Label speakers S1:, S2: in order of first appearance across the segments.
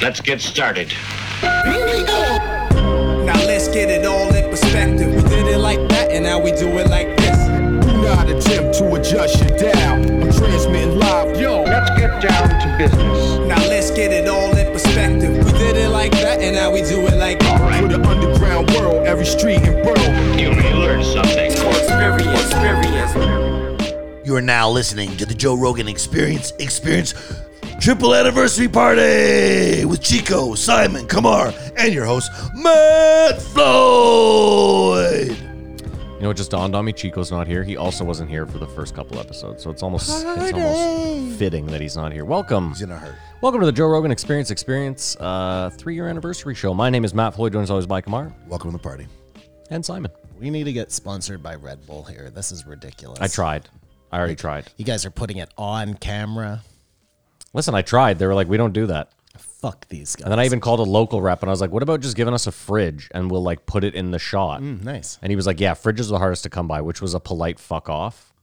S1: Let's get started.
S2: Now let's get it all in perspective. We did it like that, and now we do it like this.
S3: Do not attempt to adjust your dial. I'm transmitting live. Yo,
S4: Let's get down to business.
S2: Now let's get it all in perspective. We did it like that, and now we do it like this.
S3: for the underground world, every street and borough.
S1: You may learn something.
S5: You are now listening to the Joe Rogan Experience Experience Triple Anniversary Party with Chico, Simon, Kamar, and your host, Matt Floyd.
S6: You know, it just dawned on me. Chico's not here. He also wasn't here for the first couple episodes, so it's almost it's almost fitting that he's not here. Welcome.
S5: He's in a hurt.
S6: Welcome to the Joe Rogan Experience Experience uh, three year anniversary show. My name is Matt Floyd, joined as always by Kamar
S5: Welcome to the party.
S6: and Simon.
S7: We need to get sponsored by Red Bull here. This is ridiculous.
S6: I tried. I already tried.
S7: You guys are putting it on camera.
S6: Listen, I tried. They were like, we don't do that.
S7: Fuck these guys.
S6: And then I even called a local rep and I was like, what about just giving us a fridge and we'll like put it in the shot?
S5: Mm.
S7: nice.
S6: And he was like, yeah, fridges are the hardest to come by, which was a polite fuck off,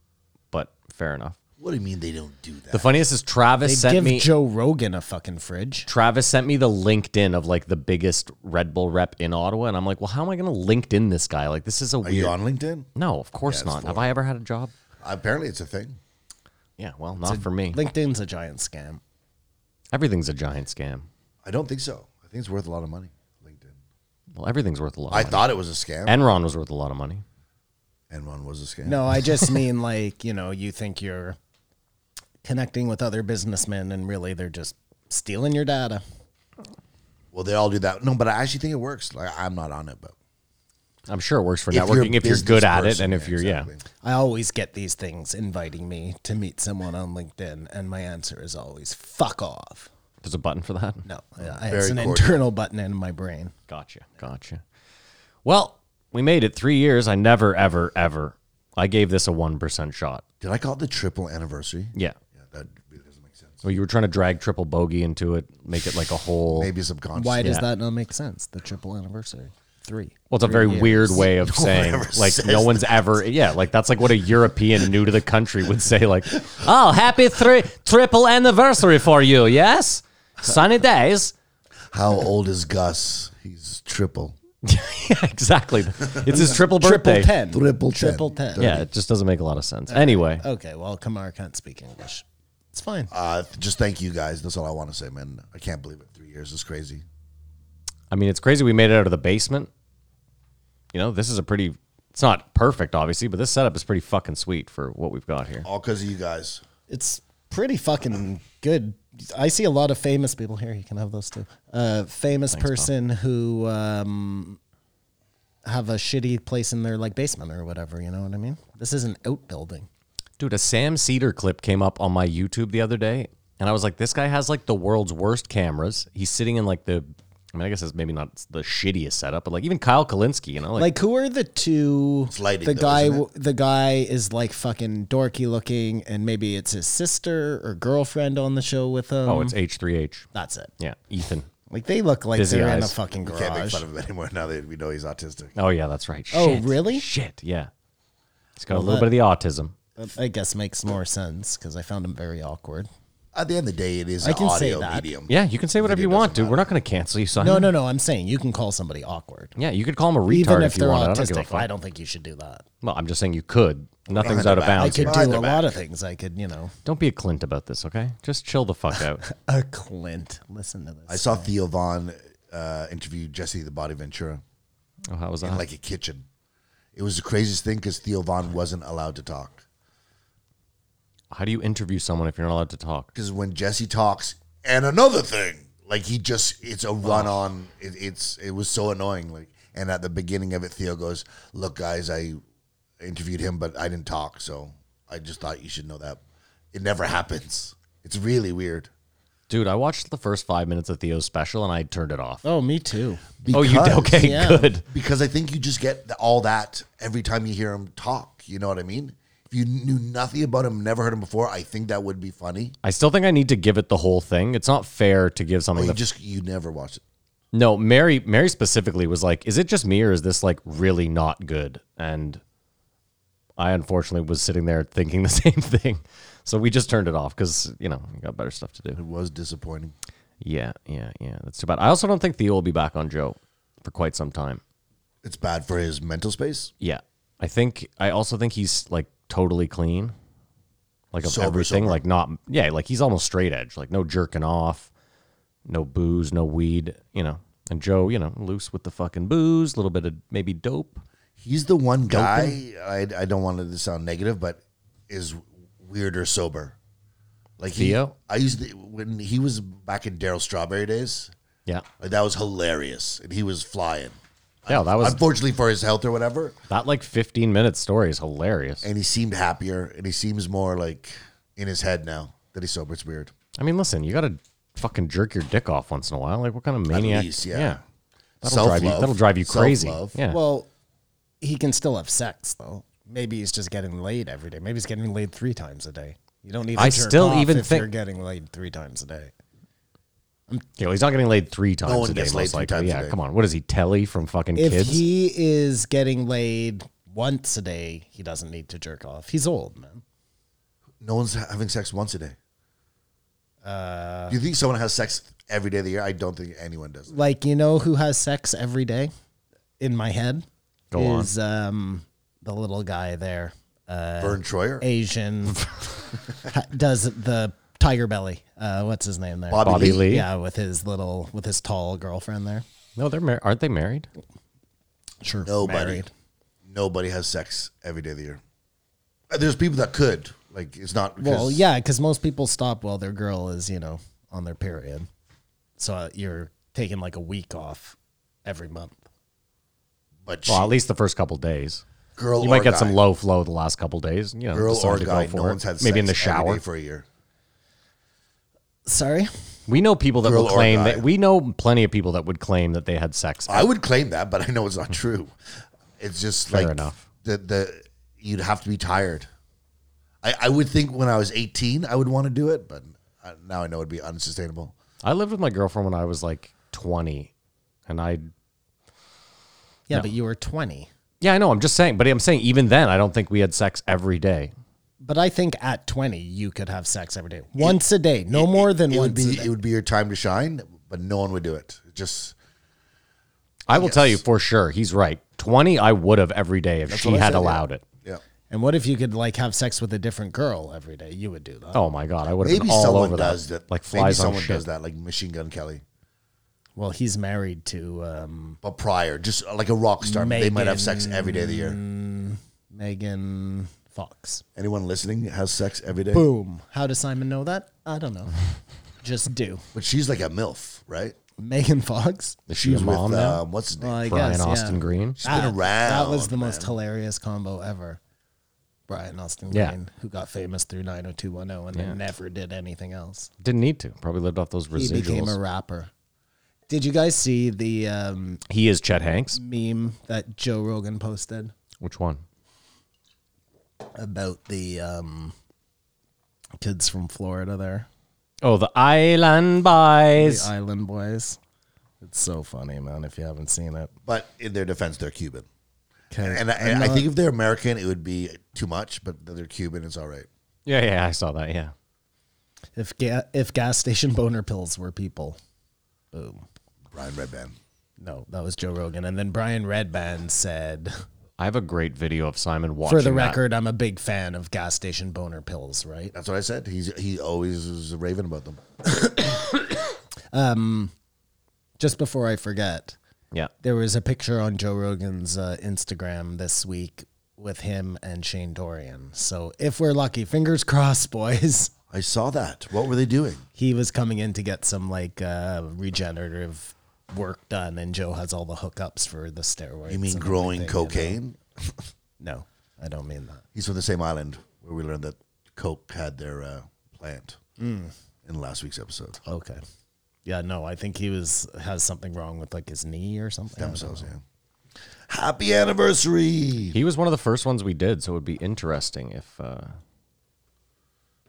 S6: but fair enough.
S5: What do you mean they don't do that?
S6: The funniest is Travis
S7: They
S6: sent
S7: give
S6: me.
S7: Joe Rogan a fucking fridge.
S6: Travis sent me the LinkedIn of like the biggest Red Bull rep in Ottawa, and I'm like, well, how am I going to LinkedIn this guy? Like, this is a
S8: Are
S6: weird.
S8: you on LinkedIn?
S6: No, of course
S8: it's
S6: not. Have
S8: for-
S6: I ever had a job?
S8: Apparently, it's a thing.
S6: Yeah, well, not for me.
S7: LinkedIn's a giant scam.
S6: everything's a giant scam.
S8: I don't think so. I think it's worth a lot of money. LinkedIn.
S6: Well, everything's worth a lot. Of
S8: I
S6: money.
S8: thought it was a scam.
S6: Enron was worth a lot of money.
S8: Enron was a scam.
S7: No, I just mean like, you know, you think you're connecting with other businessmen and really they're just stealing your data.
S8: Well, they all do that. No, but I actually think it works. Like I'm not on it, but
S6: I'm sure it works for
S8: If you're
S6: networking
S8: a
S6: if you're good
S8: business
S6: at it,
S8: person,
S6: and if
S8: yeah,
S6: you're yeah.
S8: exactly.
S7: I always get these things inviting me to meet someone on LinkedIn and my answer is always fuck off.
S6: There's a button for that.
S7: No, I- it's an
S8: cordial.
S7: internal button in my brain.
S6: Gotcha. Gotcha. Well, we made it three years. I never, ever, ever. I gave this a one percent shot.
S8: did I call it the triple anniversary?
S6: Yeah.
S8: Yeah, that really doesn't make sense.
S6: So you were trying to drag triple bogey into it, make it like a whole.
S8: Maybe subconscious.
S7: Why does
S6: Yeah.
S7: that not make sense? The triple anniversary. Three.
S6: Well, it's a very weird way of saying,
S8: ever
S6: like,
S8: says
S6: no one's ever, yeah, like that's like what a European new to the country would say, like, oh, happy three triple anniversary for you, yes, sunny days.
S8: How old is Gus? He's triple.
S6: yeah, exactly. It's his triple birthday.
S7: Triple ten.
S8: Triple ten.
S7: Triple ten.
S6: Yeah, it just doesn't make a lot of sense. Anyway,
S7: Okay, well, Kamar can't speak English. It's fine.
S8: Uh, just thank you guys. That's all I want to say, man. I can't believe it. Three years is crazy.
S6: I mean, it's crazy we made it out of the basement. You know, this is a pretty. It's not perfect, obviously, but this setup is pretty fucking sweet for what we've got here.
S8: All because of you guys.
S7: It's pretty fucking good. I see a lot of famous people here. You can have those too. Uh, famous person who um, have a shitty place in their like basement or whatever. You know what I mean? This is an outbuilding.
S6: Dude, a Sam Cedar clip came up on my YouTube the other day, and I was like, this guy has like the world's worst cameras. He's sitting in like the, I mean, I guess it's maybe not the shittiest setup, but like even Kyle Kalinske, you know, like,
S7: Like who are the two?
S8: lighting,
S7: the
S8: though,
S7: guy,
S8: isn't it?
S7: w- the guy is like fucking dorky looking, and maybe it's his sister or girlfriend on the show with him.
S6: oh, it's H3H.
S7: that's it.
S6: Yeah, Ethan.
S7: Like they look like
S6: Busy
S7: they're in a
S6: eyes.
S7: fucking garage.
S8: Can't make fun of him anymore now that we know he's autistic.
S6: Oh, yeah, that's right.
S7: Oh,
S6: Shit.
S7: really?
S6: Shit, yeah. He's got a
S7: Well,
S6: little bit of the autism.
S7: That, I guess makes more sense because I found him very awkward.
S6: Hmm.
S8: At the end of the day, it is
S7: I
S8: an
S7: can say
S8: audio
S7: that.
S8: medium.
S6: Yeah, you can say whatever you
S8: doesn't
S6: want, dude. We're not going to cancel you, son.
S7: No, no, no. I'm saying you can call somebody awkward,
S6: Yeah, you could call him a retard
S7: even if,
S6: you
S7: they're
S6: want. I don't give a
S7: autistic.
S6: fuck.
S7: I don't think you should do that.
S6: Well, I'm just saying you could. Nothing's out of
S8: back.
S7: I
S6: bounds.
S7: could
S6: here.
S7: do a
S8: they're
S7: lot of things. I could, you know,
S6: Don't be a Clint about this, okay? Just chill the fuck out.
S7: a Clint. Listen to this.
S8: I saw Theo Vaughn uh, interview Jesse the Body Ventura
S6: oh, how was that?
S7: Uh.
S8: in like a kitchen. It was the craziest thing because Theo Vaughn wasn't allowed to talk.
S6: how do you interview someone if you're not allowed to talk?
S8: Because when Jesse talks, and another thing, like he just, it's a run
S6: Oh.
S8: on. It, it's it was so annoying. Like, and at the beginning of it, Theo goes, "Look, guys, I interviewed him, but I didn't talk, so I just thought you should know that it never happens. It's really weird."
S6: Dude, I watched the first five minutes of Theo's special and I turned it off.
S7: oh, me too.
S6: oh, you
S8: Because-
S6: okay?
S7: yeah.
S6: Good.
S8: because I think you just get th- all that every time you hear him talk. You know what I mean? If you knew nothing about him, never heard him before, I think that would be funny.
S6: I still think I need to give it the whole thing. It's not fair to give
S8: But
S6: something.
S8: Oh, you
S6: that
S8: just you never watch it.
S6: no, Mary. Mary specifically was like, "Is it just me, or is this like really not good?" And I unfortunately was sitting there thinking the same thing. So we just turned it off because you know we got better stuff to do.
S8: It was disappointing.
S6: Yeah, yeah, yeah. That's too bad. I also don't think Theo will be back on Joe for quite some time.
S8: It's bad for his mental space.
S6: Yeah. I think I also think he's like totally clean. Like of
S8: Sober,
S6: everything.
S8: sober.
S6: Like not yeah, like he's almost straight edge. Like no jerking off, no booze, no weed, you know. And Joe, you know, loose with the fucking booze, a little bit of maybe dope.
S8: He's the one guy. I, I don't want it to sound negative, but is weird or sober. Like he,
S6: Theo?
S8: I used to, when he was back in Daryl Strawberry days.
S6: Yeah.
S8: Like that was hilarious, and he was flying.
S6: Yeah, that was
S8: Unfortunately for his health or whatever,
S6: that like 15 minute story is hilarious.
S8: and he seemed happier, and he seems more like in his head now that he's sober. It's weird.
S6: I mean, listen, you got to fucking jerk your dick off once in a while. Like what kind of maniac?
S8: least, yeah.
S6: That'll drive you
S8: Self-love.
S6: that'll drive you crazy.
S8: Self-love.
S6: Yeah.
S7: Well, he can still have sex though. Maybe he's just getting laid every day. Maybe he's getting laid three times a day. You don't need.
S6: I still even
S7: if
S6: think-
S7: you're getting laid three times a day.
S6: Yeah, well, he's not getting laid three times
S8: one
S6: a day.
S8: gets
S6: Most
S8: laid three
S6: likely.
S8: times a
S6: yeah,
S8: day.
S6: come on. What is he, Telly from fucking
S7: If
S6: Kids?
S7: he is getting laid once a day, he doesn't need to jerk off. He's old, man.
S8: No one's having sex once a day. Do you think someone has sex every day of the year? I don't think anyone does.
S7: Like you know who has sex every day? In my head
S6: Go on.
S7: is um the little guy there, uh,
S8: Vern Troyer,
S7: Asian, ha- does the tiger belly. Uh, what's his name there?
S8: Bobby,
S6: Bobby
S8: Lee.
S6: Lee?
S7: Yeah, with his little with his tall girlfriend there.
S6: no, they're mar- aren't they married?
S7: Sure.
S8: Nobody. Nobody has sex every day of the year. Uh, There's people that could. Like it's not.
S7: Well,
S8: because-
S7: yeah, because most people stop while their girl is, you know, on their period. So uh, you're taking like a week off every month.
S8: But
S6: Well, at
S8: she-
S6: least the first couple days.
S8: girl,
S6: you might
S8: or
S6: get some
S8: guy.
S6: low flow the last couple days. You know,
S8: Girl
S6: just
S8: or
S6: something to
S8: guy,
S6: go for
S8: no
S6: it.
S8: one's had
S6: maybe
S8: sex
S6: in the
S8: every
S6: shower.
S8: day for a year.
S7: Sorry,
S6: we know people that
S8: Girl
S6: will
S8: or
S6: claim
S8: guy.
S6: that we know plenty of people that would claim that they had sex.
S8: I would claim that, but I know it's not true. It's just
S6: Fair
S8: like
S6: enough.
S8: The the you'd have to be tired. I, I would think when I was 18, I would want to do it, but uh, now I know it'd be unsustainable.
S6: I lived with my girlfriend when I was like twenty, and I
S7: yeah, but you were 20.
S6: yeah I know I'm just saying, but I'm saying even then I don't think we had sex every day.
S7: But I think at 20 you could have sex every day, once a day, no more than
S8: It would
S7: once.
S8: be
S7: a
S8: it
S7: day.
S8: would be your time to shine, but no one would do it. Just
S6: I will tell you for sure he's right. Twenty I would have every day if she
S8: what I
S6: had
S8: said, yeah.
S6: allowed it.
S8: yeah.
S7: And what if you could like have sex with a different girl every day? You would do that.
S6: Oh my god, I would have
S8: Maybe
S6: been all
S8: someone
S6: over
S8: does
S6: that.
S8: that.
S6: Like
S8: Maybe
S6: flies on
S8: someone
S6: shit.
S8: does that, like Machine Gun Kelly.
S7: Well, he's married to um,
S8: But prior, just uh, like a rock star, they might have sex
S7: Megan-
S8: every day of the year.
S7: Megan Fox.
S8: Anyone listening has sex every day,
S7: Boom. How does Simon know that? I don't know. Just do.
S8: but she's like a milf, right?
S7: Megan Fox.
S6: Is
S8: She
S6: she a
S8: was with
S6: mom now?
S8: um, what's his name?
S7: Well, I
S6: Brian
S7: guess,
S6: Austin
S7: yeah.
S6: Green.
S8: She's been
S7: That was the
S8: around,
S7: most hilarious combo ever. Brian Austin
S6: Yeah.
S7: Green, who got famous through 90210 and then never did anything else.
S6: Didn't need to. Probably lived off those
S7: He
S6: residuals. He,
S7: became a rapper. Did you guys see the um,
S6: is Chet Hanks.
S7: meme that Joe Rogan posted
S6: Which one?
S7: about the um, kids from Florida there?
S6: Oh, the Island
S7: The
S6: Boys.
S7: Island Boys. It's so funny, man, if you haven't seen it.
S8: But in their defense, they're Cuban.
S7: 'Kay,
S8: And I,
S7: I'm
S8: and I
S7: not-
S8: think if they're American, it would be too much, but that they're Cuban, it's all right.
S6: yeah, yeah, I saw that. Yeah.
S7: if, ga- if gas station boner pills were people, boom.
S8: Brian Redband.
S7: No, that was Joe Rogan. And then Brian Redband said,
S6: I have a great video of Simon watching.
S7: for the
S6: that.
S7: record, I'm a big fan of gas station boner pills, right?
S8: That's what I said. He's he always is raving about them.
S7: Just before I forget,
S6: Yeah.
S7: there was a picture on Joe Rogan's uh, Instagram this week with him and Shane Dorian. So if we're lucky, fingers crossed, boys.
S8: I saw that. What were they doing?
S7: He was coming in to get some like uh, regenerative work done, and Joe has all the hookups for the steroids.
S8: You mean
S7: and
S8: growing
S7: everything, you know?
S8: cocaine?
S7: No, I don't mean that.
S8: He's from the same island where we learned that Coke had their uh, plant
S7: Mm.
S8: in last week's episode.
S7: Okay. Yeah, no, I think he was has something wrong with like his knee or something. I don't
S8: Themselves,
S7: know.
S8: yeah. Happy anniversary.
S6: He was one of the first ones we did, so it would be interesting if uh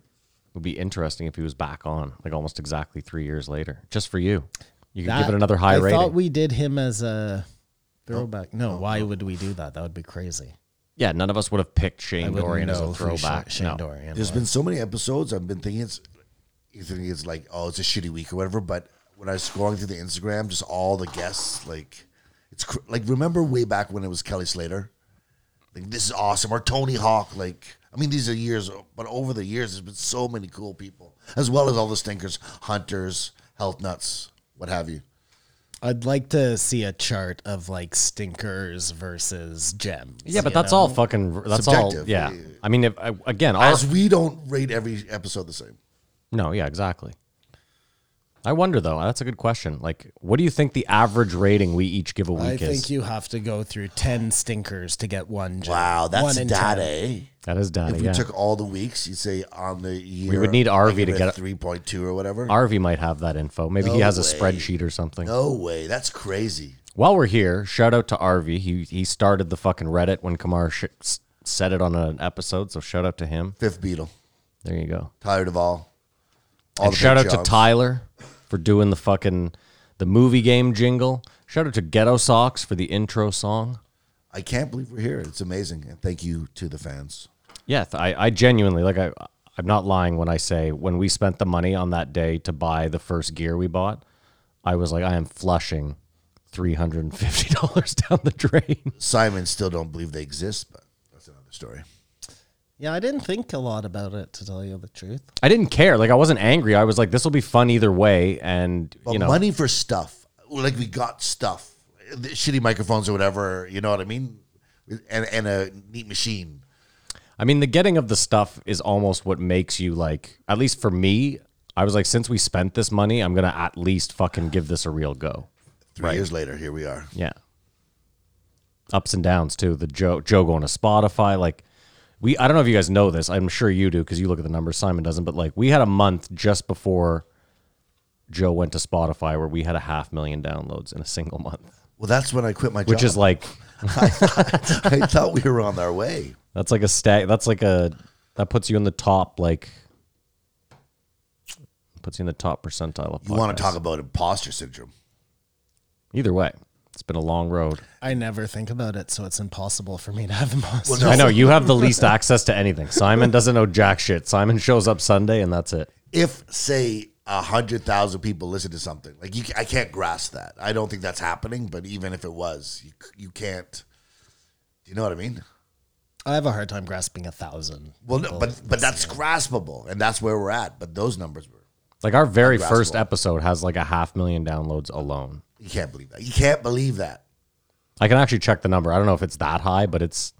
S6: it would be interesting if he was back on, like almost exactly three years later. Just for you. You can give
S7: That-
S6: it another high
S7: I
S6: rating.
S7: thought we did him as a throwback. No, why would we do that? That would be crazy.
S6: yeah, none of us would have picked
S7: I
S6: Shane
S7: wouldn't
S6: Dorian as
S7: know
S6: a
S7: who Sha-
S6: throwback.
S7: Shane
S6: no.
S7: Dorian.
S8: There's
S7: was.
S8: been so many episodes. I've been thinking it's, you think it's like, oh, it's a shitty week or whatever. But when I was scrolling through the Instagram, just all the guests, like it's cr- like remember way back when it was Kelly Slater, like this is awesome, or Tony Hawk. Like I mean, these are years, but over the years, there's been so many cool people, as well as all the stinkers, hunters, health nuts, what have you.
S7: I'd like to see a chart of like stinkers versus gems.
S6: Yeah, but
S7: you
S6: that's
S7: know?
S6: all fucking. That's all.
S8: Subjective.
S6: Yeah. I mean, if, I- again, our,
S8: As we don't rate every episode the same.
S6: no, yeah, exactly. I wonder though. That's a good question. Like, what do you think the average rating we each give a week
S7: I
S6: is?
S7: think you have to go through ten stinkers to get one. Gem.
S8: Wow,
S7: One
S8: that's
S7: in
S8: that,
S7: 10.
S8: eh?
S6: that is data.
S8: If we
S6: Yeah.
S8: took all the weeks, you'd say on the year.
S6: would need RV to get a-
S8: three point two or whatever.
S6: Arvy might have that info. Maybe he
S8: No
S6: has a
S8: way.
S6: spreadsheet or something.
S8: no way, that's crazy.
S6: While we're here, shout out to Arvy. He he started the fucking Reddit when Kamar sh- s- said it on an episode. So shout out to him.
S8: Fifth Beatle,
S6: There you go.
S8: tired of all. all
S6: And
S8: the
S6: shout
S8: big
S6: out
S8: jobs.
S6: to Tyler for doing the fucking the movie game jingle. Shout out to Ghetto Socks for the intro song.
S8: I can't believe we're here. It's amazing, and thank you to the fans.
S6: Yeah, th- I, I genuinely like I I'm not lying when I say when we spent the money on that day to buy the first gear we bought, I was like I am flushing three hundred and fifty dollars down the drain.
S8: Simon still don't believe they exist, but that's another story.
S7: Yeah, I didn't think a lot about it to tell you the truth.
S6: I didn't care. Like I wasn't angry. I was like this will be fun either way, and
S8: But
S6: you know
S8: money for stuff, like we got stuff, The shitty microphones or whatever. You know what I mean? And and a neat machine.
S6: I mean, the getting of the stuff is almost what makes you like, at least for me, I was like, since we spent this money, I'm going to at least fucking give this a real go.
S8: Three years later, here we are.
S6: Yeah. Ups and downs too. The Joe, Joe going to Spotify. Like, we, I don't know if you guys know this. I'm sure you do because you look at the numbers. Simon doesn't, but like, we had a month just before Joe went to Spotify where we had a half million downloads in a single month,
S8: Well, that's when I quit my job.
S6: which is like,
S8: I thought we were on our way.
S6: that's like a stag, that's like a, that puts you in the top, like, puts you in the top percentile of
S8: You want to
S6: podcasts.
S8: talk about imposter syndrome?
S6: Either way, it's been a long road.
S7: I never think about it, so it's impossible for me to have a monster.
S8: no.
S6: I know you have the least access to anything. Simon doesn't know jack shit. Simon shows up Sunday and that's it.
S8: If say a hundred thousand people listen to something, like you, ca- I can't grasp that. I don't think that's happening. But even if it was, you c- you can't. Do you know what I mean?
S7: I have a hard time grasping a thousand.
S8: Well, no, but but that's graspable, and that's where we're at. But those numbers were.
S6: Like our very
S8: Ungraspable.
S6: first episode has like a half million downloads alone.
S8: You can't believe that. You can't believe that.
S6: I can actually check the number. I don't know if it's that high, but it's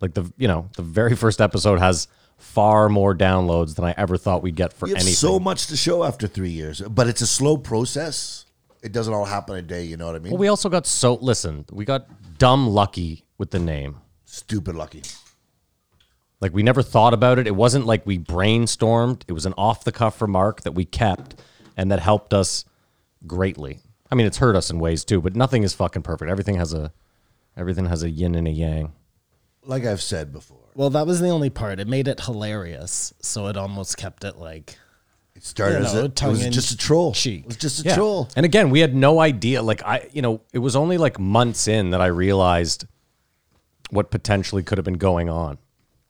S6: like the you know the very first episode has far more downloads than I ever thought we'd get for
S8: We have
S6: anything.
S8: so much to show after three years, but it's a slow process. It doesn't all happen a day. You know what I mean?
S6: well, we also got so listen. We got dumb lucky with the name.
S8: Stupid lucky.
S6: Like we never thought about it. It wasn't like we brainstormed. It was an off the cuff remark that we kept and that helped us greatly. I mean, it's hurt us in ways too, but nothing is fucking perfect. Everything has a everything has a yin and a yang.
S8: Like I've said before,
S7: Well, that was the only part. It made it hilarious, so it almost kept it like
S8: it started
S7: You
S8: as
S7: know,
S8: a, it
S7: tongue
S8: was
S7: in
S8: just a troll.
S7: cheek.
S8: It was just a troll.
S6: And again, we had no idea. Like I, you know, it was only like months in that I realized what potentially could have been going on.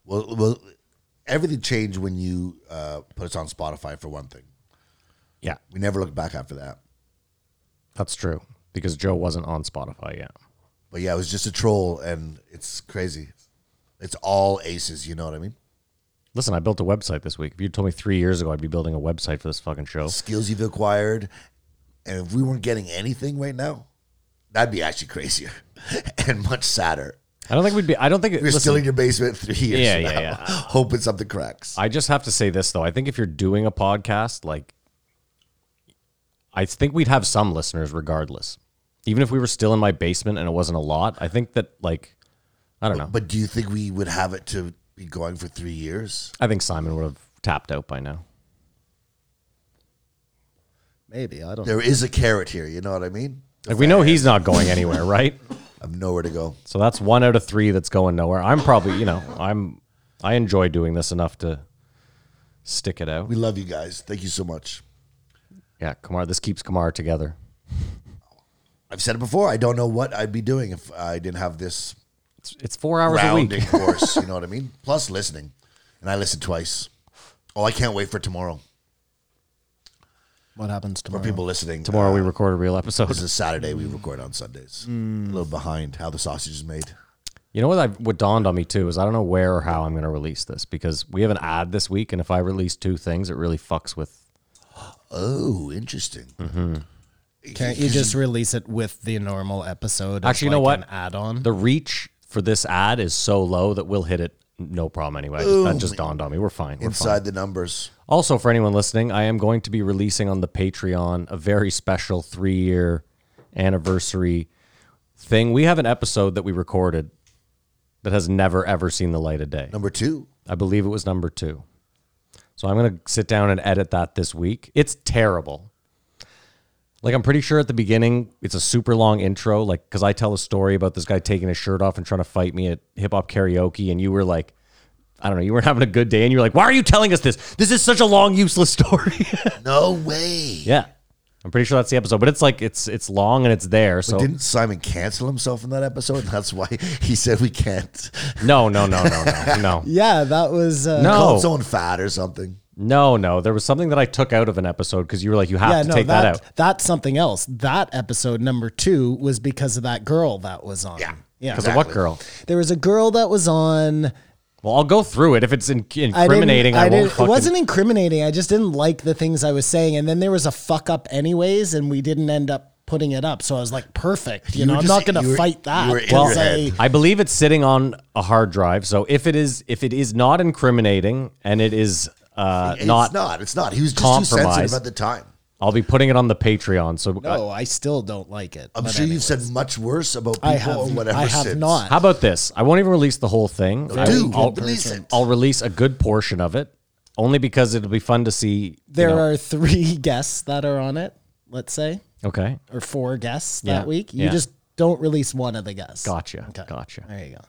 S8: Well, well, everything changed when you uh, put us on Spotify for one thing.
S6: Yeah,
S8: We never looked back after that.
S6: that's true because Joe wasn't on Spotify yet.
S8: But yeah, it was just a troll, and it's crazy. It's all aces. You know what I mean?
S6: Listen, I built a website this week. If you told me three years ago I'd be building a website for this fucking show,
S8: Skills you've acquired, and if we weren't getting anything right now, that'd be actually crazier and much sadder.
S6: I don't think we'd be. I don't think.
S8: You're
S6: listen,
S8: still in your basement three years
S6: Yeah,
S8: from
S6: yeah,
S8: now,
S6: yeah.
S8: hoping something cracks.
S6: I just have to say this though. I think if you're doing a podcast, like, I think we'd have some listeners regardless. Even if we were still in my basement and it wasn't a lot, I think that like, I don't know.
S8: But do you think we would have it to be going for three years?
S6: I think Simon would have tapped out by now.
S7: maybe I don't. know.
S8: There is a carrot here. You know what I mean?
S6: Like we know he's not going anywhere, right?
S8: I'm nowhere to go.
S6: So that's one out of three that's going nowhere. I'm probably, you know, I'm I enjoy doing this enough to stick it out.
S8: We love you guys. Thank you so much.
S6: Yeah, Kamar, this keeps Kamar together.
S8: I've said it before. I don't know what I'd be doing if I didn't have this
S6: It's, it's four hours a
S8: rounding
S6: week.
S8: course. You know what I mean? Plus listening, and I listen twice. Oh, I can't wait for tomorrow.
S7: What happens
S8: For
S7: tomorrow?
S8: people listening,
S6: Tomorrow
S8: uh,
S6: we record a real episode.
S8: This is Saturday. We record on Sundays. A little behind how the sausage is made.
S6: You know what? I what dawned on me too is I don't know where or how I'm going to release this because we have an ad this week, and if I release two things, it really fucks with.
S8: Oh, interesting.
S6: Mm-hmm.
S7: Can't you just release it with the normal episode? as
S6: Actually, you know
S7: like
S6: what?
S7: An add-on.
S6: The reach for this ad is so low that we'll hit it no problem anyway. I just- that just dawned on me. We're fine. We're fine.
S8: Inside the numbers.
S6: Also, for anyone listening, I am going to be releasing on the Patreon a very special three year anniversary thing. We have an episode that we recorded that has never, ever seen the light of day.
S8: Number two.
S6: I believe it was number two. So I'm going to sit down and edit that this week. It's terrible. Like, I'm pretty sure at the beginning, it's a super long intro. Like, because I tell a story about this guy taking his shirt off and trying to fight me at hip hop karaoke. And you were like, I don't know, you weren't having a good day. And you were like, why are you telling us this? This is such a long, useless story.
S8: No way.
S6: yeah. I'm pretty sure that's the episode, but it's like it's it's long and it's there. So
S8: Didn't Simon cancel himself in that episode? That's why he said we can't.
S6: no, no, no, no, no, no.
S7: yeah, that was uh,
S6: No.
S8: Called someone fat or something.
S6: No, no. There was something that I took out of an episode because you were like, you have
S7: Yeah,
S6: to
S7: no,
S6: take that out.
S7: That's something else. That episode number two was because of that girl that was on. Yeah, yeah.
S6: Because of what girl?
S7: There was a girl that was on.
S6: Well, I'll go through it. If it's in-
S7: I didn't-
S6: incriminating, I, won't
S7: didn't-
S6: fucking.
S7: It wasn't incriminating. I just didn't like the things I was saying, and then there was a fuck up anyways, and we didn't end up putting it up. So I was like, perfect. You,
S8: You
S7: know,
S8: were
S7: I'm
S8: just-
S7: not going
S8: you
S7: to
S8: were-
S7: fight that.
S8: you were in
S7: because
S8: your head.
S7: I-
S6: I believe it's sitting on a hard drive. So if it is, if it is not incriminating and it is uh,
S8: It's
S6: not,
S8: not, It's not. He was just too sensitive
S6: compromised.
S8: at the time.
S6: I'll be putting it on the Patreon. So uh,
S7: no, Oh, I still don't like it.
S8: I'm
S7: but
S8: sure
S7: anyway.
S8: you've said much worse about people
S7: I have.
S8: or whatever.
S7: I have
S8: since.
S7: not.
S6: how about this? I won't even release the whole thing. I,
S8: Dude,
S6: will
S8: release it.
S6: I'll release a good portion of it, only because it'll be fun to see.
S7: there are three guests that are on it. Let's say,
S6: are okay.
S7: or four guests
S6: Yeah,
S7: that week. You
S6: yeah.
S7: just don't release one of the guests.
S6: Gotcha. Gotcha.
S7: There you go.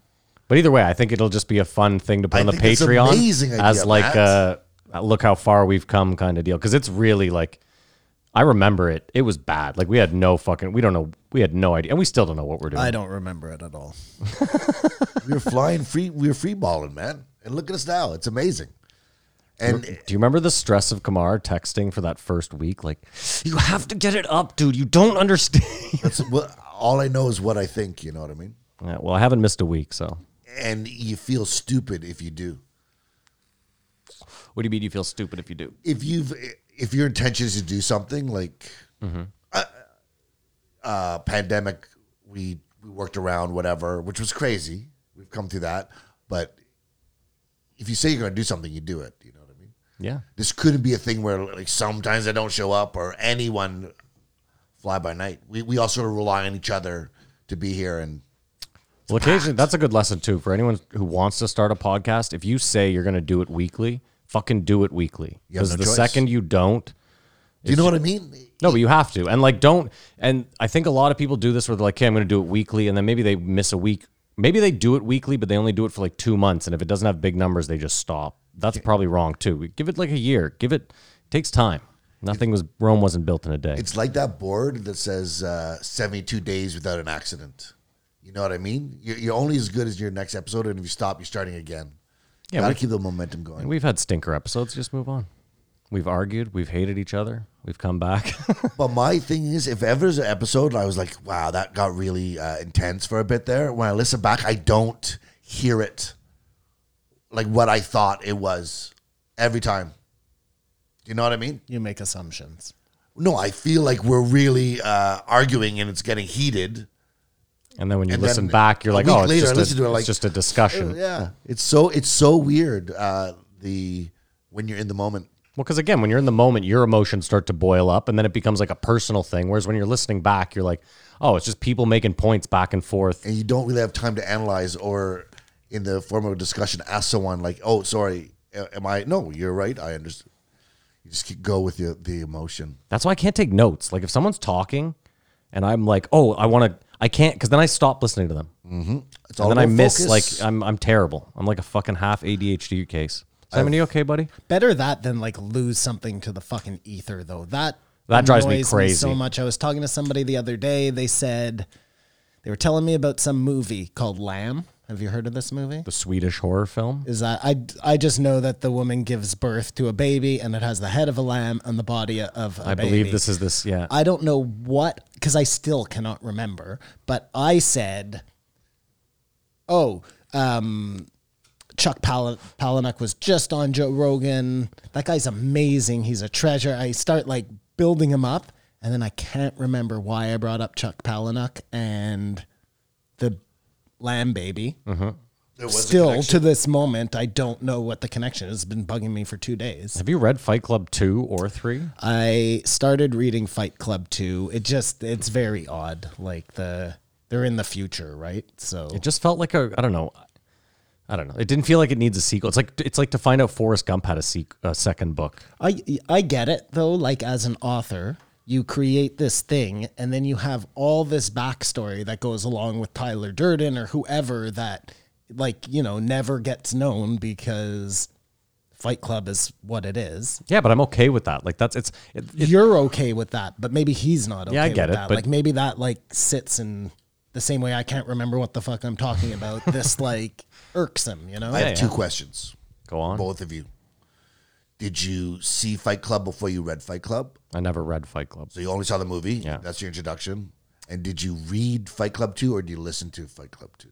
S6: But either way, I think it'll just be a fun thing to put
S8: I
S6: on the
S8: think it's an
S6: Patreon
S8: amazing idea,
S6: as like
S8: Matt.
S6: a look how far we've come kind of deal. Because it's really like I remember it. It was bad. Like we had no fucking. We don't know. We had no idea, and we still don't know what we're doing.
S7: I don't remember it at all.
S8: We were flying free. We were free balling, man. And look at us now. It's amazing. And
S6: Do you remember the stress of Kamar texting for that first week? Like, you have to get it up, dude. You don't understand.
S8: that's well, all I know is what I think. You know what I mean?
S6: Yeah, well, I haven't missed a week, so.
S8: And you feel stupid if you do.
S6: What do you mean you feel stupid if you do?
S8: If you've if your intention is to do something like
S7: Mm-hmm.
S8: uh, uh, pandemic, we we worked around whatever, which was crazy. We've come through that, but if you say you're going to do something, you do it. You know what I mean?
S6: Yeah.
S8: this couldn't be a thing where like sometimes I don't show up or anyone fly by night. We we all sort of rely on each other to be here and
S6: Well, occasionally, that's a good lesson too for anyone who wants to start a podcast. If you say you're going to do it weekly, fucking do it weekly.
S8: You have
S6: Because
S8: no
S6: the
S8: choice.
S6: second you don't,
S8: do you know what I mean?
S6: no, but you have to. And like, don't. And I think a lot of people do this where they're like, okay, I'm going to do it weekly. And then maybe they miss a week. Maybe they do it weekly, but they only do it for like two months. And if it doesn't have big numbers, they just stop. That's probably wrong too. Give it like a year. Give it, it takes time. Nothing was, Rome wasn't built in a day.
S8: It's like that board that says uh, 72 days without an accident. You know what I mean? You're, you're only as good as your next episode, and if you stop, you're starting again.
S6: Yeah,
S8: gotta
S6: we-
S8: keep the momentum going.
S6: And we've had stinker episodes. Just move on. We've argued. We've hated each other. We've come back.
S8: But my thing is, if ever there's an episode, and I was like, wow, that got really uh, intense for a bit there. When I listen back, I don't hear it like what I thought it was every time. Do you know what I mean?
S7: You make assumptions.
S8: No, I feel like we're really uh, arguing and it's getting heated.
S6: And then when you
S8: And
S6: listen
S8: then
S6: back, you're
S8: a
S6: like,
S8: week
S6: oh, it's,
S8: later, I
S6: just,
S8: listened
S6: a,
S8: to it
S6: it's
S8: like-
S6: just a discussion. Well,
S8: Yeah, it's so it's so weird. Uh, the when you're in the moment,
S6: because again, when you're in the moment, your emotions start to boil up and then it becomes like a personal thing. Whereas when you're listening back, you're like, oh, it's just people making points back and forth.
S8: and you don't really have time to analyze or in the form of a discussion ask someone like oh sorry a- am i no you're right i understand you just keep, go with the, the emotion
S6: That's why I can't take notes. Like if someone's talking and I'm like, oh, I want to, I can't, because then I stop listening to them.
S8: it's
S6: And then
S8: about
S6: I miss,
S8: focus.
S6: like, I'm, I'm terrible. I'm like a fucking half ADHD case. Simon, are you okay, buddy?
S7: Better that than like lose something to the fucking ether, though. That
S6: That drives me
S7: annoys
S6: crazy.
S7: so much. I was talking to somebody the other day. They said they were telling me about some movie called Lamb. Have you heard of this movie?
S6: The Swedish horror film.
S7: Is that I? I just know that the woman gives birth to a baby, and it has the head of a lamb and the body of. a
S6: I believe
S7: baby.
S6: this is this. Yeah.
S7: I don't know what, because I still cannot remember, but I said, oh, um, Chuck Pal- Palahniuk was just on Joe Rogan. That guy's amazing. He's a treasure. I start like building him up, and then I can't remember why I brought up Chuck Palahniuk and the lamb baby.
S8: There was a
S7: Still
S8: connection.
S7: to this moment, I don't know what the connection is. It's been bugging me for two days.
S6: Have you read Fight Club two or three?
S7: I started reading Fight Club 2. It just it's very odd. Like the they're in the future, right? So
S6: It just felt like a I don't know. I don't know. It didn't feel like it needs a sequel. It's like it's like to find out Forrest Gump had a, sequ- a second book.
S7: I I get it though, like as an author, you create this thing and then you have all this backstory that goes along with Tyler Durden or whoever that like, you know, never gets known because Fight Club is what it is.
S6: Yeah, but I'm okay with that. Like that's it's. It, it-
S7: You're okay with that, but maybe he's not okay
S6: Yeah, I get
S7: with
S6: it,
S7: that.
S6: but-
S7: like maybe that like sits in the same way I can't remember what the fuck I'm talking about. this like irks him, you know?
S8: I have two questions.
S6: go on.
S8: Both of you. Did you see Fight Club before you read Fight Club?
S6: I never read Fight Club.
S8: So you only saw the movie.
S6: Yeah.
S8: That's your introduction. And did you read Fight Club 2 or did you listen to Fight Club 2?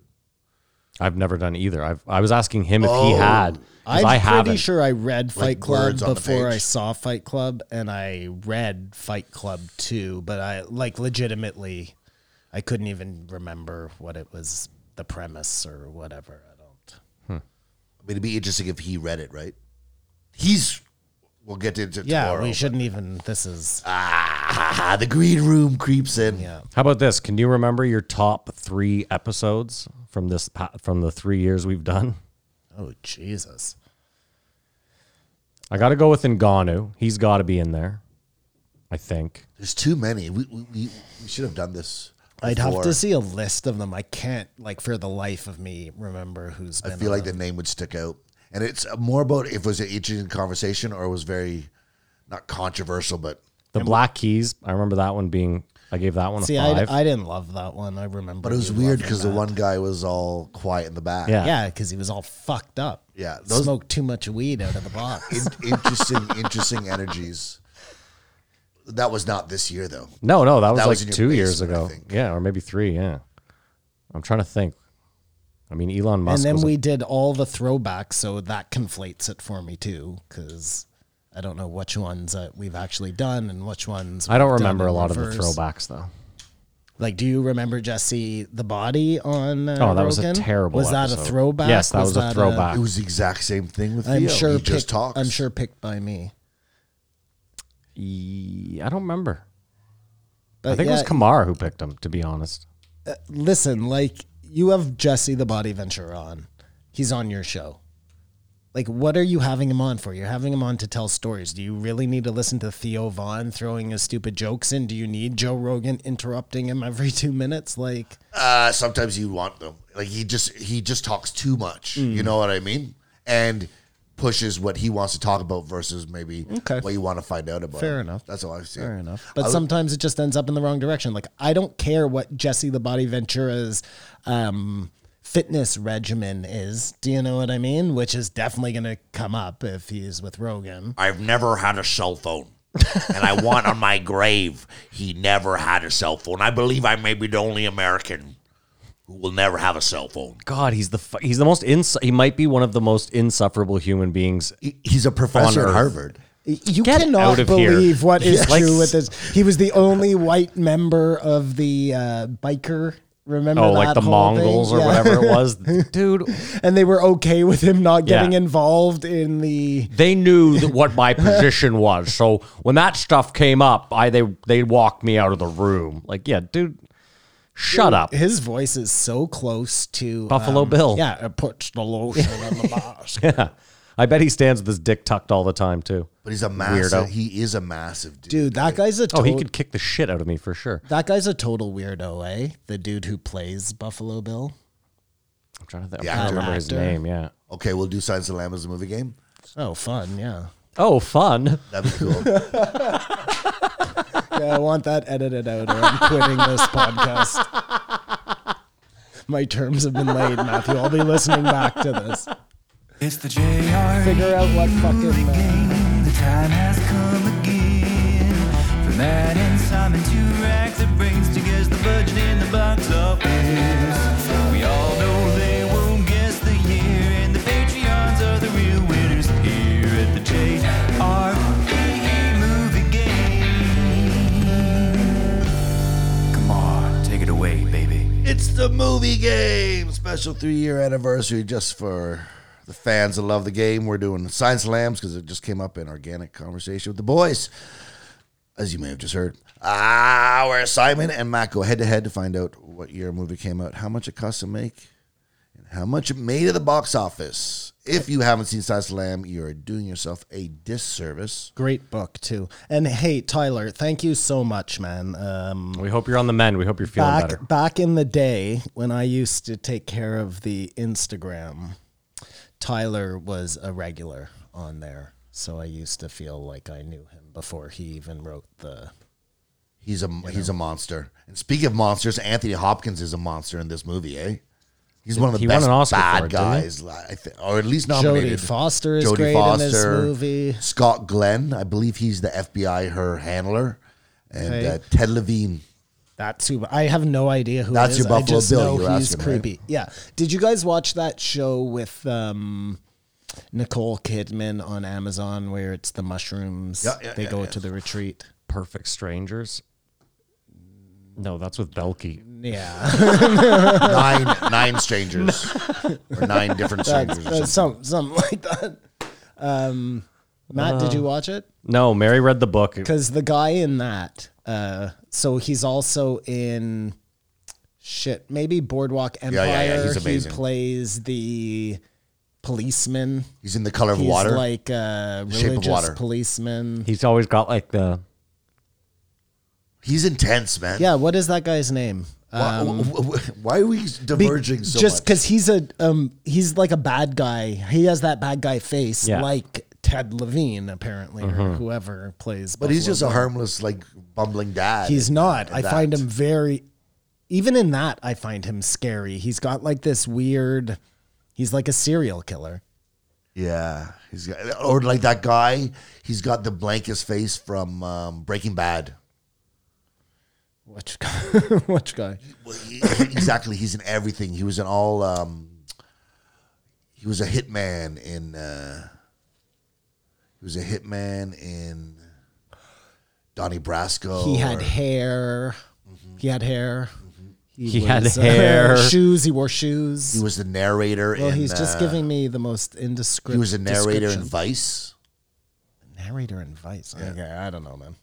S6: I've never done either. I've I was asking him if he had. 'cause
S7: Oh, I'm
S6: I
S7: pretty
S6: haven't.
S7: sure I read Fight Club
S8: words on the
S7: before I
S8: page.
S7: saw Fight Club, and I read Fight Club too. But I like legitimately, I couldn't even remember what it was, the premise or whatever. I don't.
S8: I mean, it'd be interesting if he read it, right? He's. We'll get into it
S7: Yeah,
S8: tomorrow.
S7: we shouldn't even. This is
S8: Ah, the green room creeps in.
S7: yeah.
S6: How about this? Can you remember your top three episodes from this pa- from the three years we've done?
S7: Oh Jesus.
S6: I got to go with Nganu. He's got to be in there. I think.
S8: There's too many. We, we, we, we should have done this.
S7: I'd have
S8: before.
S7: to see a list of them. I can't, like, for the life of me, remember who's
S8: I
S7: been.
S8: feel like
S7: on
S8: the name would stick out. And it's more about if it was an interesting conversation or it was very, not controversial, but
S6: The Black Keys. I remember that one being. I gave that one
S7: it. See,
S6: a five.
S7: I, I didn't love that one. I remember.
S8: but it was weird because the one guy was all quiet in the back.
S6: Yeah.
S7: Yeah, because he was all fucked up.
S8: Yeah, those-
S7: Smoked too much weed out of the box.
S8: In- interesting, interesting energies. That was not this year though.
S6: no, no, that was
S8: That was in
S6: like
S8: your
S6: two years
S8: basement, I
S6: ago.
S8: think.
S6: Yeah, or maybe three. Yeah. I'm trying to think. I mean, Elon Musk.
S7: and then
S6: was a-
S7: we did all the throwbacks, so that conflates it for me, too, because I don't know which ones that we've actually done and which ones.
S6: I don't
S7: we've done
S6: remember
S7: in
S6: a lot of the
S7: reverse.
S6: throwbacks though.
S7: Like, do you remember Jesse the body on? Uh,
S6: Oh, that was a
S7: Rogan?
S6: terrible
S7: Was that
S6: episode.
S7: a throwback?
S6: Yes, that was a throwback.
S8: It was the exact same thing with Theo.
S7: Ah. I'm sure.
S8: he
S7: Picked,
S8: just talks.
S7: I'm sure picked by me.
S6: E- I don't remember. I
S7: But
S6: think it was
S7: yeah,
S6: Kamar who picked him. To be honest.
S7: listen, like you have Jesse the Body Venture on. He's on your show. Like, what are you having him on for? You're having him on to tell stories. Do you really need to listen to Theo Vaughn throwing his stupid jokes in? Do you need Joe Rogan interrupting him every two minutes? Like,
S8: Uh, sometimes you want them. Like he just he just talks too much. You know what I mean? And pushes what he wants to talk about versus maybe
S7: Okay.
S8: what you want to find out about.
S7: Fair
S8: him.
S7: enough.
S8: That's all I've seen.
S7: fair enough. But sometimes it just ends up in the wrong direction. Like, I don't care what Jesse the Body Ventura's um, fitness regimen is. Do you know what I mean? Which is definitely going to come up if he's with Rogan.
S9: I've never had a cell phone. and I want on my grave, he never had a cell phone. I believe I may be the only American who will never have a cell phone.
S6: God, he's the fu- he's the most ins- he might be one of the most insufferable human beings.
S8: He- He's a professor at
S6: Earth.
S8: Harvard.
S7: You
S6: Get out
S7: cannot
S6: of here.
S7: believe what is
S6: Yes. Like-
S7: true with this. He was the only white member of the uh, biker. Remember,
S6: Oh,
S7: that
S6: like the
S7: whole
S6: Mongols
S7: thing?
S6: or
S7: Yeah.
S6: whatever it was, dude.
S7: and they were okay with him not
S6: Yeah.
S7: getting involved in the.
S6: They knew that what my position was, so when that stuff came up, I they they walked me out of the room. Like, yeah, dude, shut up.
S7: His voice is so close to
S6: Buffalo
S7: um,
S6: Bill.
S7: Yeah, it puts the lotion on the box.
S6: Yeah, I bet he stands with his dick tucked all the time too.
S8: But he's a massive.
S6: Weirdo.
S8: He is a massive dude.
S7: Dude, that guy's a
S6: Oh,
S7: total.
S6: he could kick the shit out of me for sure.
S7: that guy's a total weirdo, eh? The dude who plays Buffalo Bill.
S6: I'm trying to, think, I'm
S8: The
S6: trying to
S8: actor.
S6: remember his
S7: Actor.
S6: name. Yeah.
S8: Okay, we'll do Science and Lamb as a movie game.
S7: Oh, fun, yeah.
S6: Oh, fun.
S8: That'd be cool.
S7: Yeah, I want that edited out or I'm quitting this podcast. my terms have been laid, Matthew. I'll be listening back to this.
S10: It's the JR.
S7: Figure out what fucking. uh,
S10: The time has come again. From that insomnia to rags, it brings together the budget in the box office. We all know they won't guess the year, and the Patreons are the real winners here at the JR. E Movie Game. Come on, take it away, baby.
S8: It's the movie game special three year anniversary just for the fans that love the game. We're doing Science Lambs because it just came up in organic conversation with the boys, as you may have just heard. Ah, where Simon and Matt go head to head to find out what year a movie came out, how much it cost to make, and how much it made at the box office. If you haven't seen Science Lamb, you are doing yourself a disservice.
S7: Great book too. And hey, Tyler, thank you so much, man. Um,
S6: We hope you're on the mend. We hope you're feeling
S7: back
S6: better.
S7: back in the day when I used to take care of the Instagram, Tyler was a regular on there, so I used to feel like I knew him before he even wrote the.
S8: He's a he's a monster. And speaking of monsters, Anthony Hopkins is a monster in this movie, eh? He's one of the
S6: He won
S8: best
S6: an Oscar for
S8: bad
S6: it, didn't he?
S8: guys, li- I thi- or at least
S7: Jodie
S8: nominated.
S7: Foster is
S8: Jodie
S7: great in this movie.
S8: Scott Glenn, I believe he's the FBI her handler, and
S7: Okay.
S8: uh, Ted Levine.
S7: That's who I have no idea who.
S8: That's
S7: it is.
S8: your Buffalo
S7: I just
S8: Bill
S7: know
S8: you're
S7: he's
S8: asking, right?
S7: creepy. Yeah. Did you guys watch that show with um, Nicole Kidman on Amazon where it's the mushrooms?
S8: Yeah, yeah,
S7: they
S8: yeah,
S7: go
S8: yeah.
S7: to the retreat.
S6: Perfect strangers. No, that's with Belky.
S7: Yeah,
S8: Nine nine strangers, or nine different strangers. or
S7: Uh, some something like that. Um, Matt, did you watch it?
S6: No, Mary read the book.
S7: Because the guy in that, uh, so he's also in shit, maybe Boardwalk Empire.
S8: yeah, yeah, he's
S7: He
S8: amazing.
S7: plays the policeman.
S8: He's in the color of
S7: He's
S8: water.
S7: like a
S8: Shape of
S7: religious
S8: Water.
S7: policeman.
S6: He's always got like the
S8: he's intense, man.
S7: Yeah, what is that guy's name? Uh,
S8: Why, why- why are we
S7: Be-
S8: diverging so
S7: just
S8: much?
S7: because he's a um, he's like a bad guy. He has that bad guy face,
S6: Yeah.
S7: like Ted Levine apparently, or whoever plays.
S8: But he's
S7: Buffalo
S8: just a
S7: Bill.
S8: harmless, like bumbling dad.
S7: He's
S8: in-
S7: not.
S8: in
S7: I
S8: that.
S7: find him very. Even in that, I find him scary. He's got like this weird. He's like a serial killer.
S8: Yeah, he's got, or like that guy. He's got the blankest face from um, Breaking Bad.
S7: Which guy? Which guy?
S8: Well, he- exactly, he's in everything. He was in all. Um, he was a hitman in. Uh, he was a hitman in. Donnie Brasco.
S7: He had
S8: or-
S7: hair. He had hair.
S6: He had
S7: was, uh,
S6: hair.
S7: shoes. He wore shoes.
S8: He was the narrator.
S7: well,
S8: in,
S7: he's just
S8: uh,
S7: giving me the most indescript.
S8: He was a narrator in
S7: description.
S8: Vice.
S7: narrator and vice. Okay, I don't know, man.